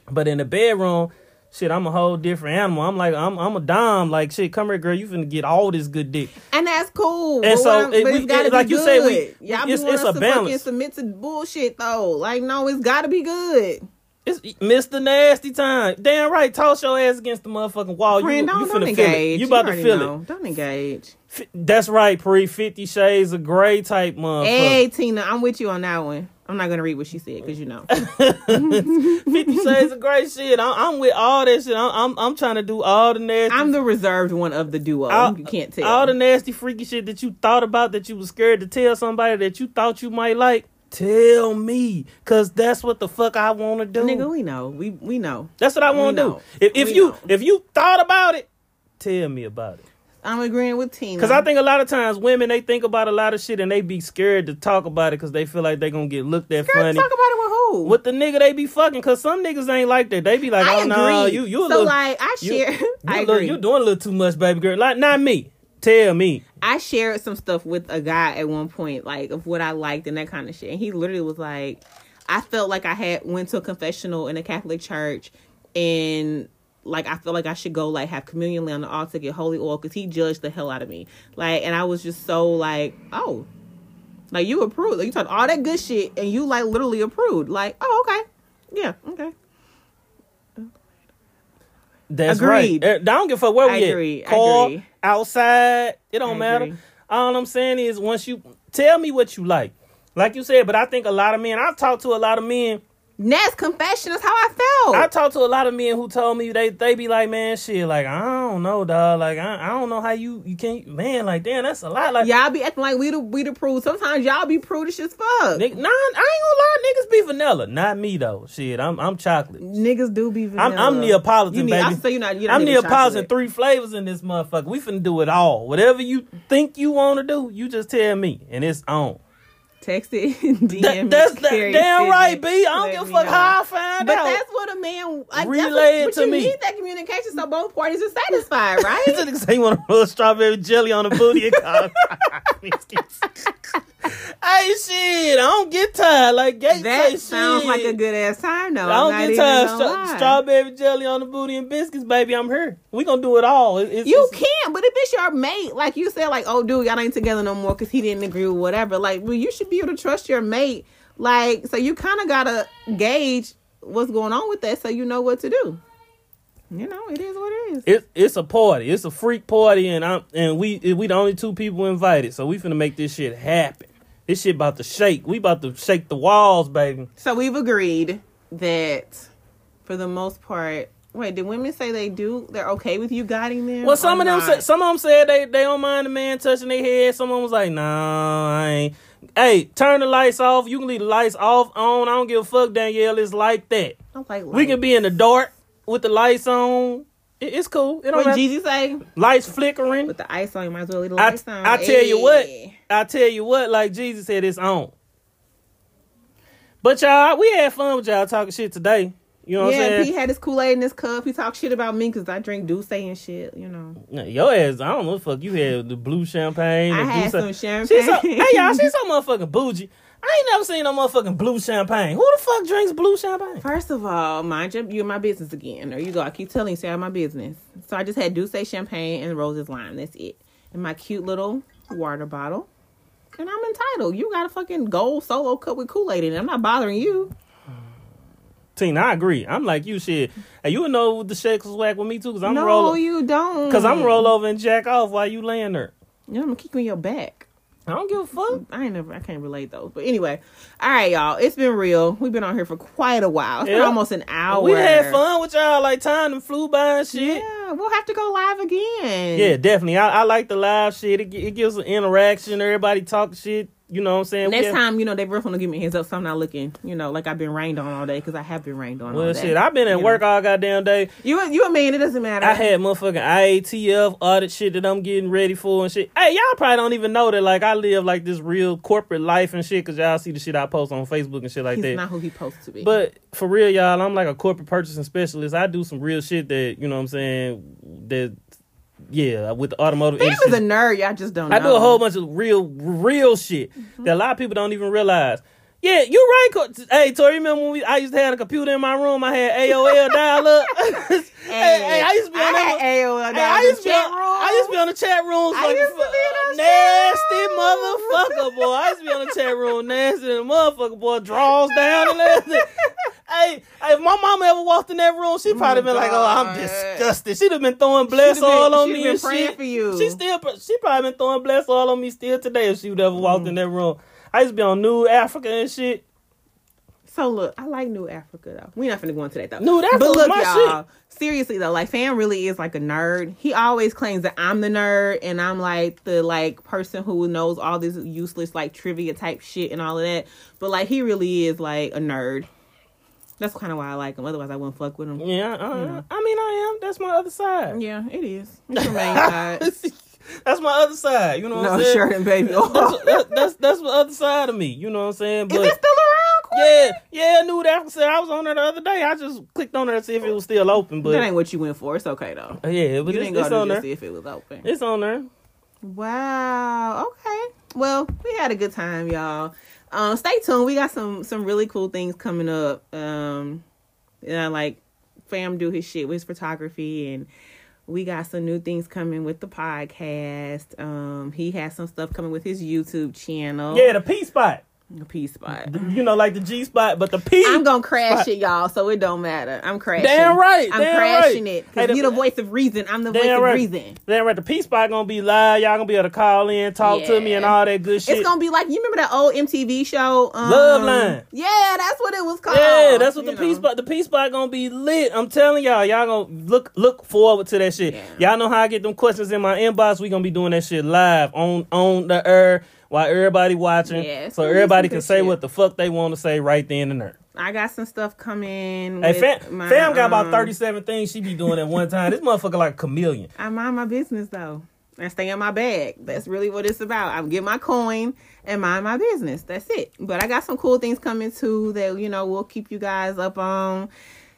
B: But in the bedroom, shit, I'm a whole different animal. I'm like I'm I'm a dom. Like shit, come here, girl. You finna get all this good dick.
A: and that's cool.
B: And
A: but
B: so,
A: what I'm-
B: it-
A: but
B: we-
A: it's gotta
B: it- like
A: be
B: you
A: good.
B: say, we-
A: Y'all
B: it's-
A: be wanting
B: it's
A: us
B: a
A: to fucking
B: balance.
A: submit to bullshit though. Like no, it's gotta be good.
B: It's Mr. Nasty time. Damn right. Toss your ass against the motherfucking wall.
A: Friend,
B: you
A: don't,
B: you
A: don't
B: finna feel
A: engage.
B: it. You about to
A: already
B: feel
A: know.
B: it.
A: Don't engage.
B: F- That's right, pre Fifty Shades of Grey type motherfucker.
A: Hey, Tina, I'm with you on that one. I'm not gonna read what she said because you know.
B: Fifty Shades of Grey shit. I'm, I'm with all that shit. I'm, I'm I'm trying to do all the nasty,
A: I'm the reserved one of the duo.
B: I'll-
A: you can't tell.
B: all the nasty, freaky shit that you thought about that you was scared to tell somebody that you thought you might like. Tell me, cause that's what the fuck I want to do.
A: Nigga, we know. We we know.
B: that's what I want to
A: we
B: do.
A: know.
B: If if
A: We
B: you
A: know.
B: if you thought about it, tell me about it.
A: I'm agreeing with Tina.
B: Cause I think a lot of times women they think about a lot of shit and they be scared to talk about it because they feel like they gonna get looked at
A: Girl,
B: funny.
A: talk about it with who?
B: with the nigga they be fucking because some niggas ain't like that. They be like,
A: I
B: oh
A: agree.
B: no, you you
A: so
B: a little,
A: like I
B: you-
A: share.
B: you
A: I
B: a little-
A: agree.
B: you doing a little too much, baby girl. Like not me. Tell me.
A: I shared some stuff with a guy at one point, like of what I liked and that kind of shit. And he literally was like, I felt like I had went to a confessional in a Catholic church, and like I felt like I should go like have communion lay on the altar, get holy oil, because he judged the hell out of me. Like, and I was just so like, oh, like you approved, like you talked all that good shit, and you like literally approved. Like, oh okay, yeah, okay.
B: That's
A: Agreed.
B: right. Eh, I don't give a fuck where we
A: Agree.
B: at. Car,
A: Agree.
B: outside. It don't
A: I
B: matter.
A: agree.
B: All I'm saying is once you tell me what you like. Like you said, but I think a lot of men, I've talked to a lot of men.
A: Next confession is how I felt.
B: I talked to a lot of men who told me they they be like, man, shit, like I don't know, dog. Like I, I don't know how you you can't man, like damn, that's a lot. Like
A: y'all be acting like we the we the prude. Sometimes y'all be prudish as fuck.
B: Nigga, nah, I ain't gonna lie, niggas be vanilla. Not me though. Shit, I'm I'm chocolate.
A: Niggas do be
B: I'm,
A: vanilla.
B: I'm Neapolitan,
A: you need,
B: baby.
A: I say you're not. You don't
B: I'm
A: need
B: Neapolitan.
A: chocolate.
B: Three flavors in this motherfucker. We finna do it all. Whatever you think you want to do, you just tell me, and it's on.
A: Text it. DM
B: That,
A: it,
B: that's that,
A: carry
B: damn
A: it,
B: right,
A: send it,
B: B. I don't
A: let
B: give a
A: me
B: fuck
A: know.
B: how I find
A: But
B: out.
A: that's what a man. Like,
B: Relay it
A: that's what, but
B: to
A: you
B: me.
A: need that communication so both parties are satisfied, right?
B: It's the same one roll strawberry jelly on the booty and call. hey shit, I don't get tired. Like Gates say,
A: that sounds
B: shit.
A: like a good ass time though.
B: I don't
A: I'm not
B: get
A: even
B: tired.
A: gonna
B: Stra-
A: lie.
B: strawberry jelly on the booty and biscuits, baby. I'm here. We gonna do it all. It- it's-
A: You
B: it's-
A: can, but if it's your mate, like you said, like, oh, dude, y'all ain't together no more because he didn't agree with whatever. Like, well, you should be able to trust your mate. Like, so you kind of gotta gauge what's going on with that, so you know what to do. You know, it is what it is.
B: it, it's a party. It's a freak party, and I'm and we we the only two people invited, so we finna make this shit happen. This shit about to shake. We about to shake the walls, baby.
A: So we've agreed that, for the most part, wait, did women say they do? They're okay with you guiding them?
B: Well, some
A: or
B: of them,
A: not?
B: said, some of them said they they don't mind the man touching their head. Someone was like, "Nah, I ain't." Hey, turn the lights off. You can leave the lights off, on. I don't give a fuck, Danielle. It's like that.
A: I'm like,
B: We can be in the dark with the lights on. It, it's cool. It don't
A: What
B: matter.
A: Jeezy say?
B: lights flickering.
A: With the ice on, you might as well leave the
B: I,
A: lights on.
B: I tell you what,
A: Hey.
B: I tell you what, like Jesus said, it's on. But y'all, we had fun with y'all talking shit today. You know what
A: yeah,
B: I'm
A: P
B: saying?
A: had his Kool Aid in his cup. He talked shit about me because I drink Douce and shit. You know,
B: Nah, Your ass, I don't know what the fuck you had the blue champagne.
A: I
B: the
A: had
B: blue
A: some
B: She's so,
A: champagne.
B: hey y'all, she's so motherfucking bougie. I ain't never seen no motherfucking blue champagne. Who the fuck drinks blue champagne?
A: First of all, mind you, you're my business again. There you go. I keep telling you, say I'm my business. So I just had Douce champagne and roses lime. That's it. And my cute little water bottle. and I'm entitled. You got a fucking gold solo cup with Kool Aid in it. I'm not bothering you.
B: Tina, I agree. I'm like you, shit. And you would know the shakes was whack with me too, cause I'm
A: no,
B: roll,
A: you don't.
B: cause I'm roll over and jack off while you laying there.
A: You know, I'm gonna kick you in your back.
B: I don't give a fuck.
A: I ain't never. I can't relate those. But anyway, all right, y'all. It's been real. We've been on here for quite a while. It's
B: Yeah.
A: been almost an hour.
B: We had fun with y'all. Like time done flew by and shit.
A: Yeah, we'll have to go live again.
B: Yeah, definitely. I, I like the live shit. It, gi- it gives an interaction. Everybody talk shit. You know what I'm saying? We
A: Next
B: have-
A: time, you know, they real gonna give me a heads up, so I'm not looking, you know, like I've been rained on all day because I have been rained on. all
B: Well,
A: day.
B: shit. I've been at
A: You
B: work
A: know.
B: all goddamn day.
A: You, you a man? It doesn't matter.
B: I had motherfucking IATF audit shit that I'm getting ready for and shit. Hey, y'all probably don't even know that like I live like this real corporate life and shit because y'all see the shit I post on Facebook and shit like
A: He's
B: that.
A: not who he supposed to be.
B: But for real, y'all, I'm like a corporate purchasing specialist. I do some real shit that you know what I'm saying. That yeah, with the automotive
A: Fam
B: industry.
A: is a nerd. Y'all just don't.
B: I
A: know.
B: do a whole bunch of real, real shit that a lot of people don't even realize. Yeah, you right. Co- Hey, Tori, remember when we, I used to have a computer in my room? I had AOL dial up. hey, hey, I used to be on that.
A: had AOL.
B: Hey, I used to be on, I used to be on the chat rooms.
A: I
B: like,
A: used to be in
B: uh,
A: those
B: nasty motherfucker, boy. I used to be on the chat room, nasty and motherfucker, boy. Draws down and everything. hey, hey, if my mama ever walked in that room, she probably been like, "Oh, I'm
A: God.
B: disgusted." She'd have been throwing bless
A: been-
B: all on
A: she'd
B: me
A: been
B: and
A: praying
B: shit.
A: for you.
B: She still, she probably been throwing bless all on me still today if she would ever walked
A: Mm-hmm.
B: in that room. I used to be on New Africa and shit.
A: So look, I like New Africa though. We're not finna go into that though.
B: New Africa
A: but
B: was
A: look,
B: my
A: y'all. Seriously though, like Fam really is like a nerd. He always claims that I'm the nerd and I'm like the like person who knows all this useless like trivia type shit and all of that. But like he really is like a nerd. That's kind of why I like him. Otherwise, I wouldn't fuck with him.
B: Yeah, uh,
A: Mm-hmm.
B: I mean, I am. That's my other side.
A: Yeah, it is. It's your main side.
B: That's my other side. You know what
A: No
B: I'm saying?
A: shirt and baby oil.
B: that's, that's that's that's the other side of me. You know what I'm saying?
A: Oh. Is it
B: But
A: still around? Queen?
B: yeah, yeah, I knew that. I said I was on there the other day. I just clicked on there to see if it was still open. But uh,
A: That ain't what you went for. It's okay though.
B: yeah, but
A: You
B: it's,
A: didn't go
B: it's on
A: to
B: there.
A: just see if it was open.
B: It's on there.
A: Wow. Okay. Well, we had a good time, y'all. Um, stay tuned. We got some some really cool things coming up. Um, yeah, like fam do his shit with his photography, and we got some new things coming with the podcast. Um, he has some stuff coming with his YouTube channel.
B: Yeah, the P spot.
A: the peace spot.
B: You know, like the G spot, but the P.
A: I'm gonna crash it, y'all. So it don't matter. I'm crashing.
B: Damn right,
A: I'm
B: damn
A: crashing
B: right.
A: it.
B: Hey,
A: Cause
B: the-
A: you the voice of reason. I'm the voice
B: Damn
A: of
B: right.
A: reason.
B: Damn right. The P spot gonna be live. Y'all gonna be able to call in, talk to me,
A: Yeah.
B: and all that good shit.
A: It's gonna be like you remember that old MTV show, um,
B: Love Line.
A: Yeah, that's what it was called.
B: Yeah, that's what the
A: you
B: peace
A: know.
B: spot the peace spot gonna be lit. I'm telling y'all, y'all gonna look look forward to that shit.
A: Yeah.
B: Y'all know how I get them questions in my inbox. We gonna be doing that shit live on on the air while everybody watching,
A: Yeah, it's
B: so
A: gonna be
B: everybody
A: some
B: can
A: good
B: say
A: shit.
B: what the fuck they want to say right then and there.
A: I got some stuff coming.
B: Hey,
A: with
B: fam,
A: my,
B: fam got about
A: um,
B: 37 things she be doing at one time. this motherfucker like a chameleon.
A: I mind my business though. I stay in my bag. That's really what it's about. I get my coin and mind my business. That's it. But I got some cool things coming too that you know we'll keep you guys up on.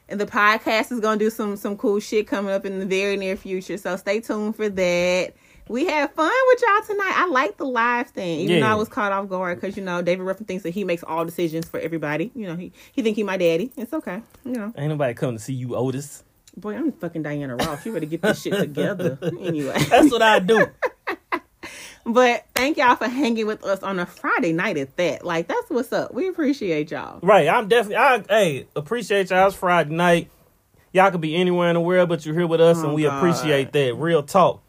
A: And the podcast is gonna do some some cool shit coming up in the very near future. So stay tuned for that. We had fun with y'all tonight. I like the live thing, even though
B: Yeah.
A: I was caught off guard because you know David Ruffin thinks that he makes all decisions for everybody. You know he he think he my daddy. It's okay. You know.
B: Ain't nobody coming to see you, Otis.
A: Boy, I'm fucking Diana Ross. You better get this shit together. Anyway.
B: That's what I do.
A: But thank y'all for hanging with us on a Friday night at that. Like that's what's up. We appreciate y'all.
B: Right. I'm definitely. I hey appreciate y'all. It's Friday night. Y'all could be anywhere in the world, but you're here with us, and we
A: Oh, God.
B: appreciate that. Real talk.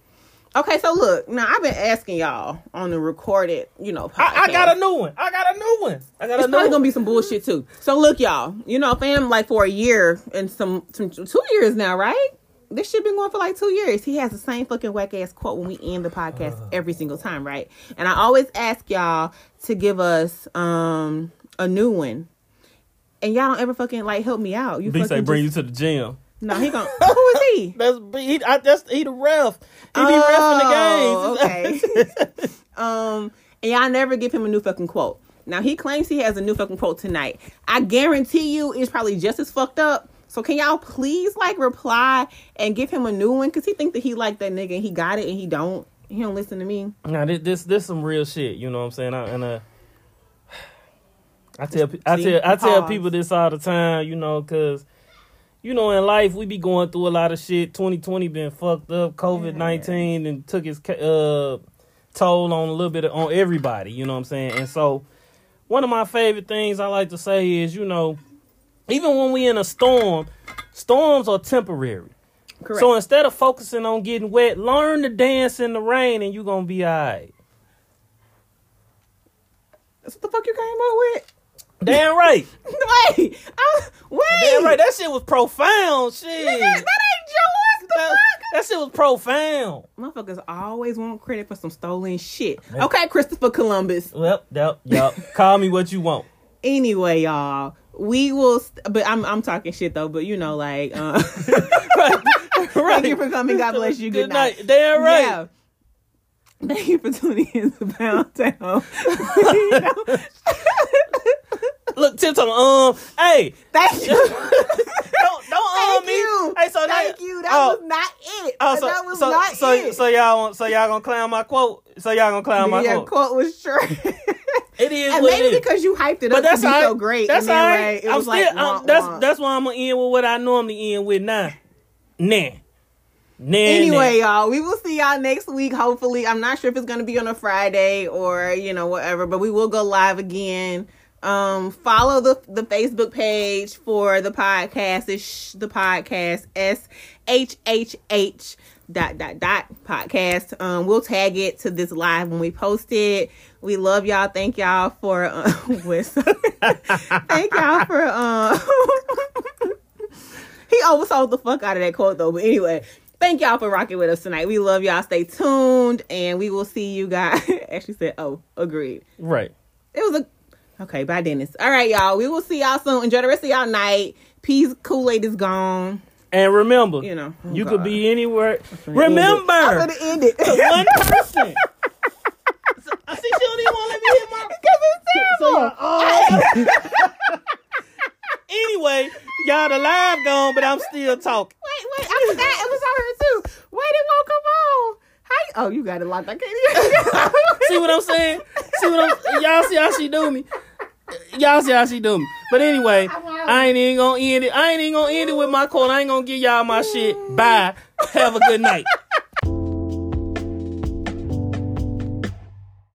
A: Okay, so look, now I've been asking y'all on the recorded, you know, podcast.
B: I, I got a new one. I got a new one. I got
A: It's
B: a new
A: probably
B: one.
A: gonna be some bullshit too. So look, y'all, you know, fam, like for a year and some, some two years now, right? This shit been going for like two years. He has the same fucking whack ass quote when we end the
B: Uh.
A: podcast every single time, right? And I always ask y'all to give us um a new one, and y'all don't ever fucking like help me out. You
B: B say
A: fucking
B: bring
A: just-
B: you to the gym.
A: No, he gonna. Who is he?
B: That's B- he. I, that's he the ref. He be
A: Oh,
B: refing the games.
A: okay. um, and y'all never give him a new fucking quote. Now he claims he has a new fucking quote tonight. I guarantee you, it's probably just as fucked up. So can y'all please like reply and give him a new one? Cause he think that he like that nigga and he got it and he don't. He don't listen to me.
B: Now this, this this some real shit. You know what I'm saying? I, and uh, I tell pe- I tell I tell
A: Pause.
B: people this all the time. You know, cause you know in life we be going through a lot of shit. 2020 been fucked up. COVID 19 and took its ca- uh toll on a little bit of, on everybody. You know what I'm saying? And so, one of my favorite things I like to say is, you know, even when we in a storm, storms are temporary.
A: Correct.
B: So instead of focusing on getting wet, learn to dance in the rain, and you're gonna be alright.
A: That's what the fuck you came up with?
B: Damn right.
A: Wait, I, wait.
B: Damn right. That shit was profound. Shit.
A: that, that ain't yours. The
B: That,
A: fuck?
B: that shit was profound.
A: Motherfuckers always want credit for some stolen shit. Okay, Christopher Columbus.
B: Yep, yep, yep. Call me what you want.
A: Anyway, y'all, we will. St- but I'm I'm talking shit though. But you know, like, uh, thank you for coming. God bless you. Good, night.
B: Damn right.
A: Yeah. Thank you for tuning in to Pound Town. You know?
B: Look, Tim Tom, um, hey,
A: Thank you.
B: don't don't um
A: Thank
B: me.
A: you.
B: Hey, so
A: Thank
B: that,
A: you. That
B: oh,
A: was not it.
B: oh, so,
A: that was
B: so,
A: not
B: so,
A: it.
B: So y'all, want- so y'all gonna clown my quote? So y'all gonna clown my
A: yeah,
B: quote?
A: quote was trash.
B: It is
A: and
B: what it
A: maybe
B: is.
A: because you hyped it up
B: but that's
A: to be
B: all right.
A: so great.
B: That's
A: and then,
B: all right.
A: Like, it
B: I'm
A: was
B: still.
A: like,
B: I'm-
A: womp,
B: that's
A: womp.
B: that's why I'm gonna end with what I normally end with now. Nah, nah.
A: Anyway, y'all, we will see y'all next week. Hopefully, I'm not sure if it's gonna be on a Friday or you know whatever, but we will go live again. Um, follow the the Facebook page for the podcast. It's sh- the podcast s h h h dot dot dot podcast. Um, we'll tag it to this live when we post it. We love y'all. Thank y'all for uh, what's- thank y'all for um. He oversold the fuck out of that quote though. But anyway, thank y'all for rocking with us tonight. We love y'all. Stay tuned, and we will see you guys. Actually said, oh, agreed.
B: right.
A: It was a okay. Bye, Dennis. All right, y'all. We will see y'all soon. Enjoy the rest of y'all night. Peace. Kool Aid is gone.
B: And remember,
A: You know, oh,
B: you
A: God.
B: could be anywhere.
A: I'm
B: Remember,
A: gonna end it. Because
B: one person. I see she don't even want to let me hit my.
A: it's
B: So
A: terrible.
B: y'all,
A: Oh.
B: anyway, y'all the live gone, but I'm still talking.
A: Wait, wait. I forgot it was on her too. Wait, it won't come on. How you, oh, you got it locked. I can't even.
B: See what I'm saying? See what I'm y'all see how she do me. Y'all see how she do me. But anyway, I ain't even gonna end it. I ain't even gonna end it with my quote. I ain't gonna give y'all my shit. Bye. Have a good night.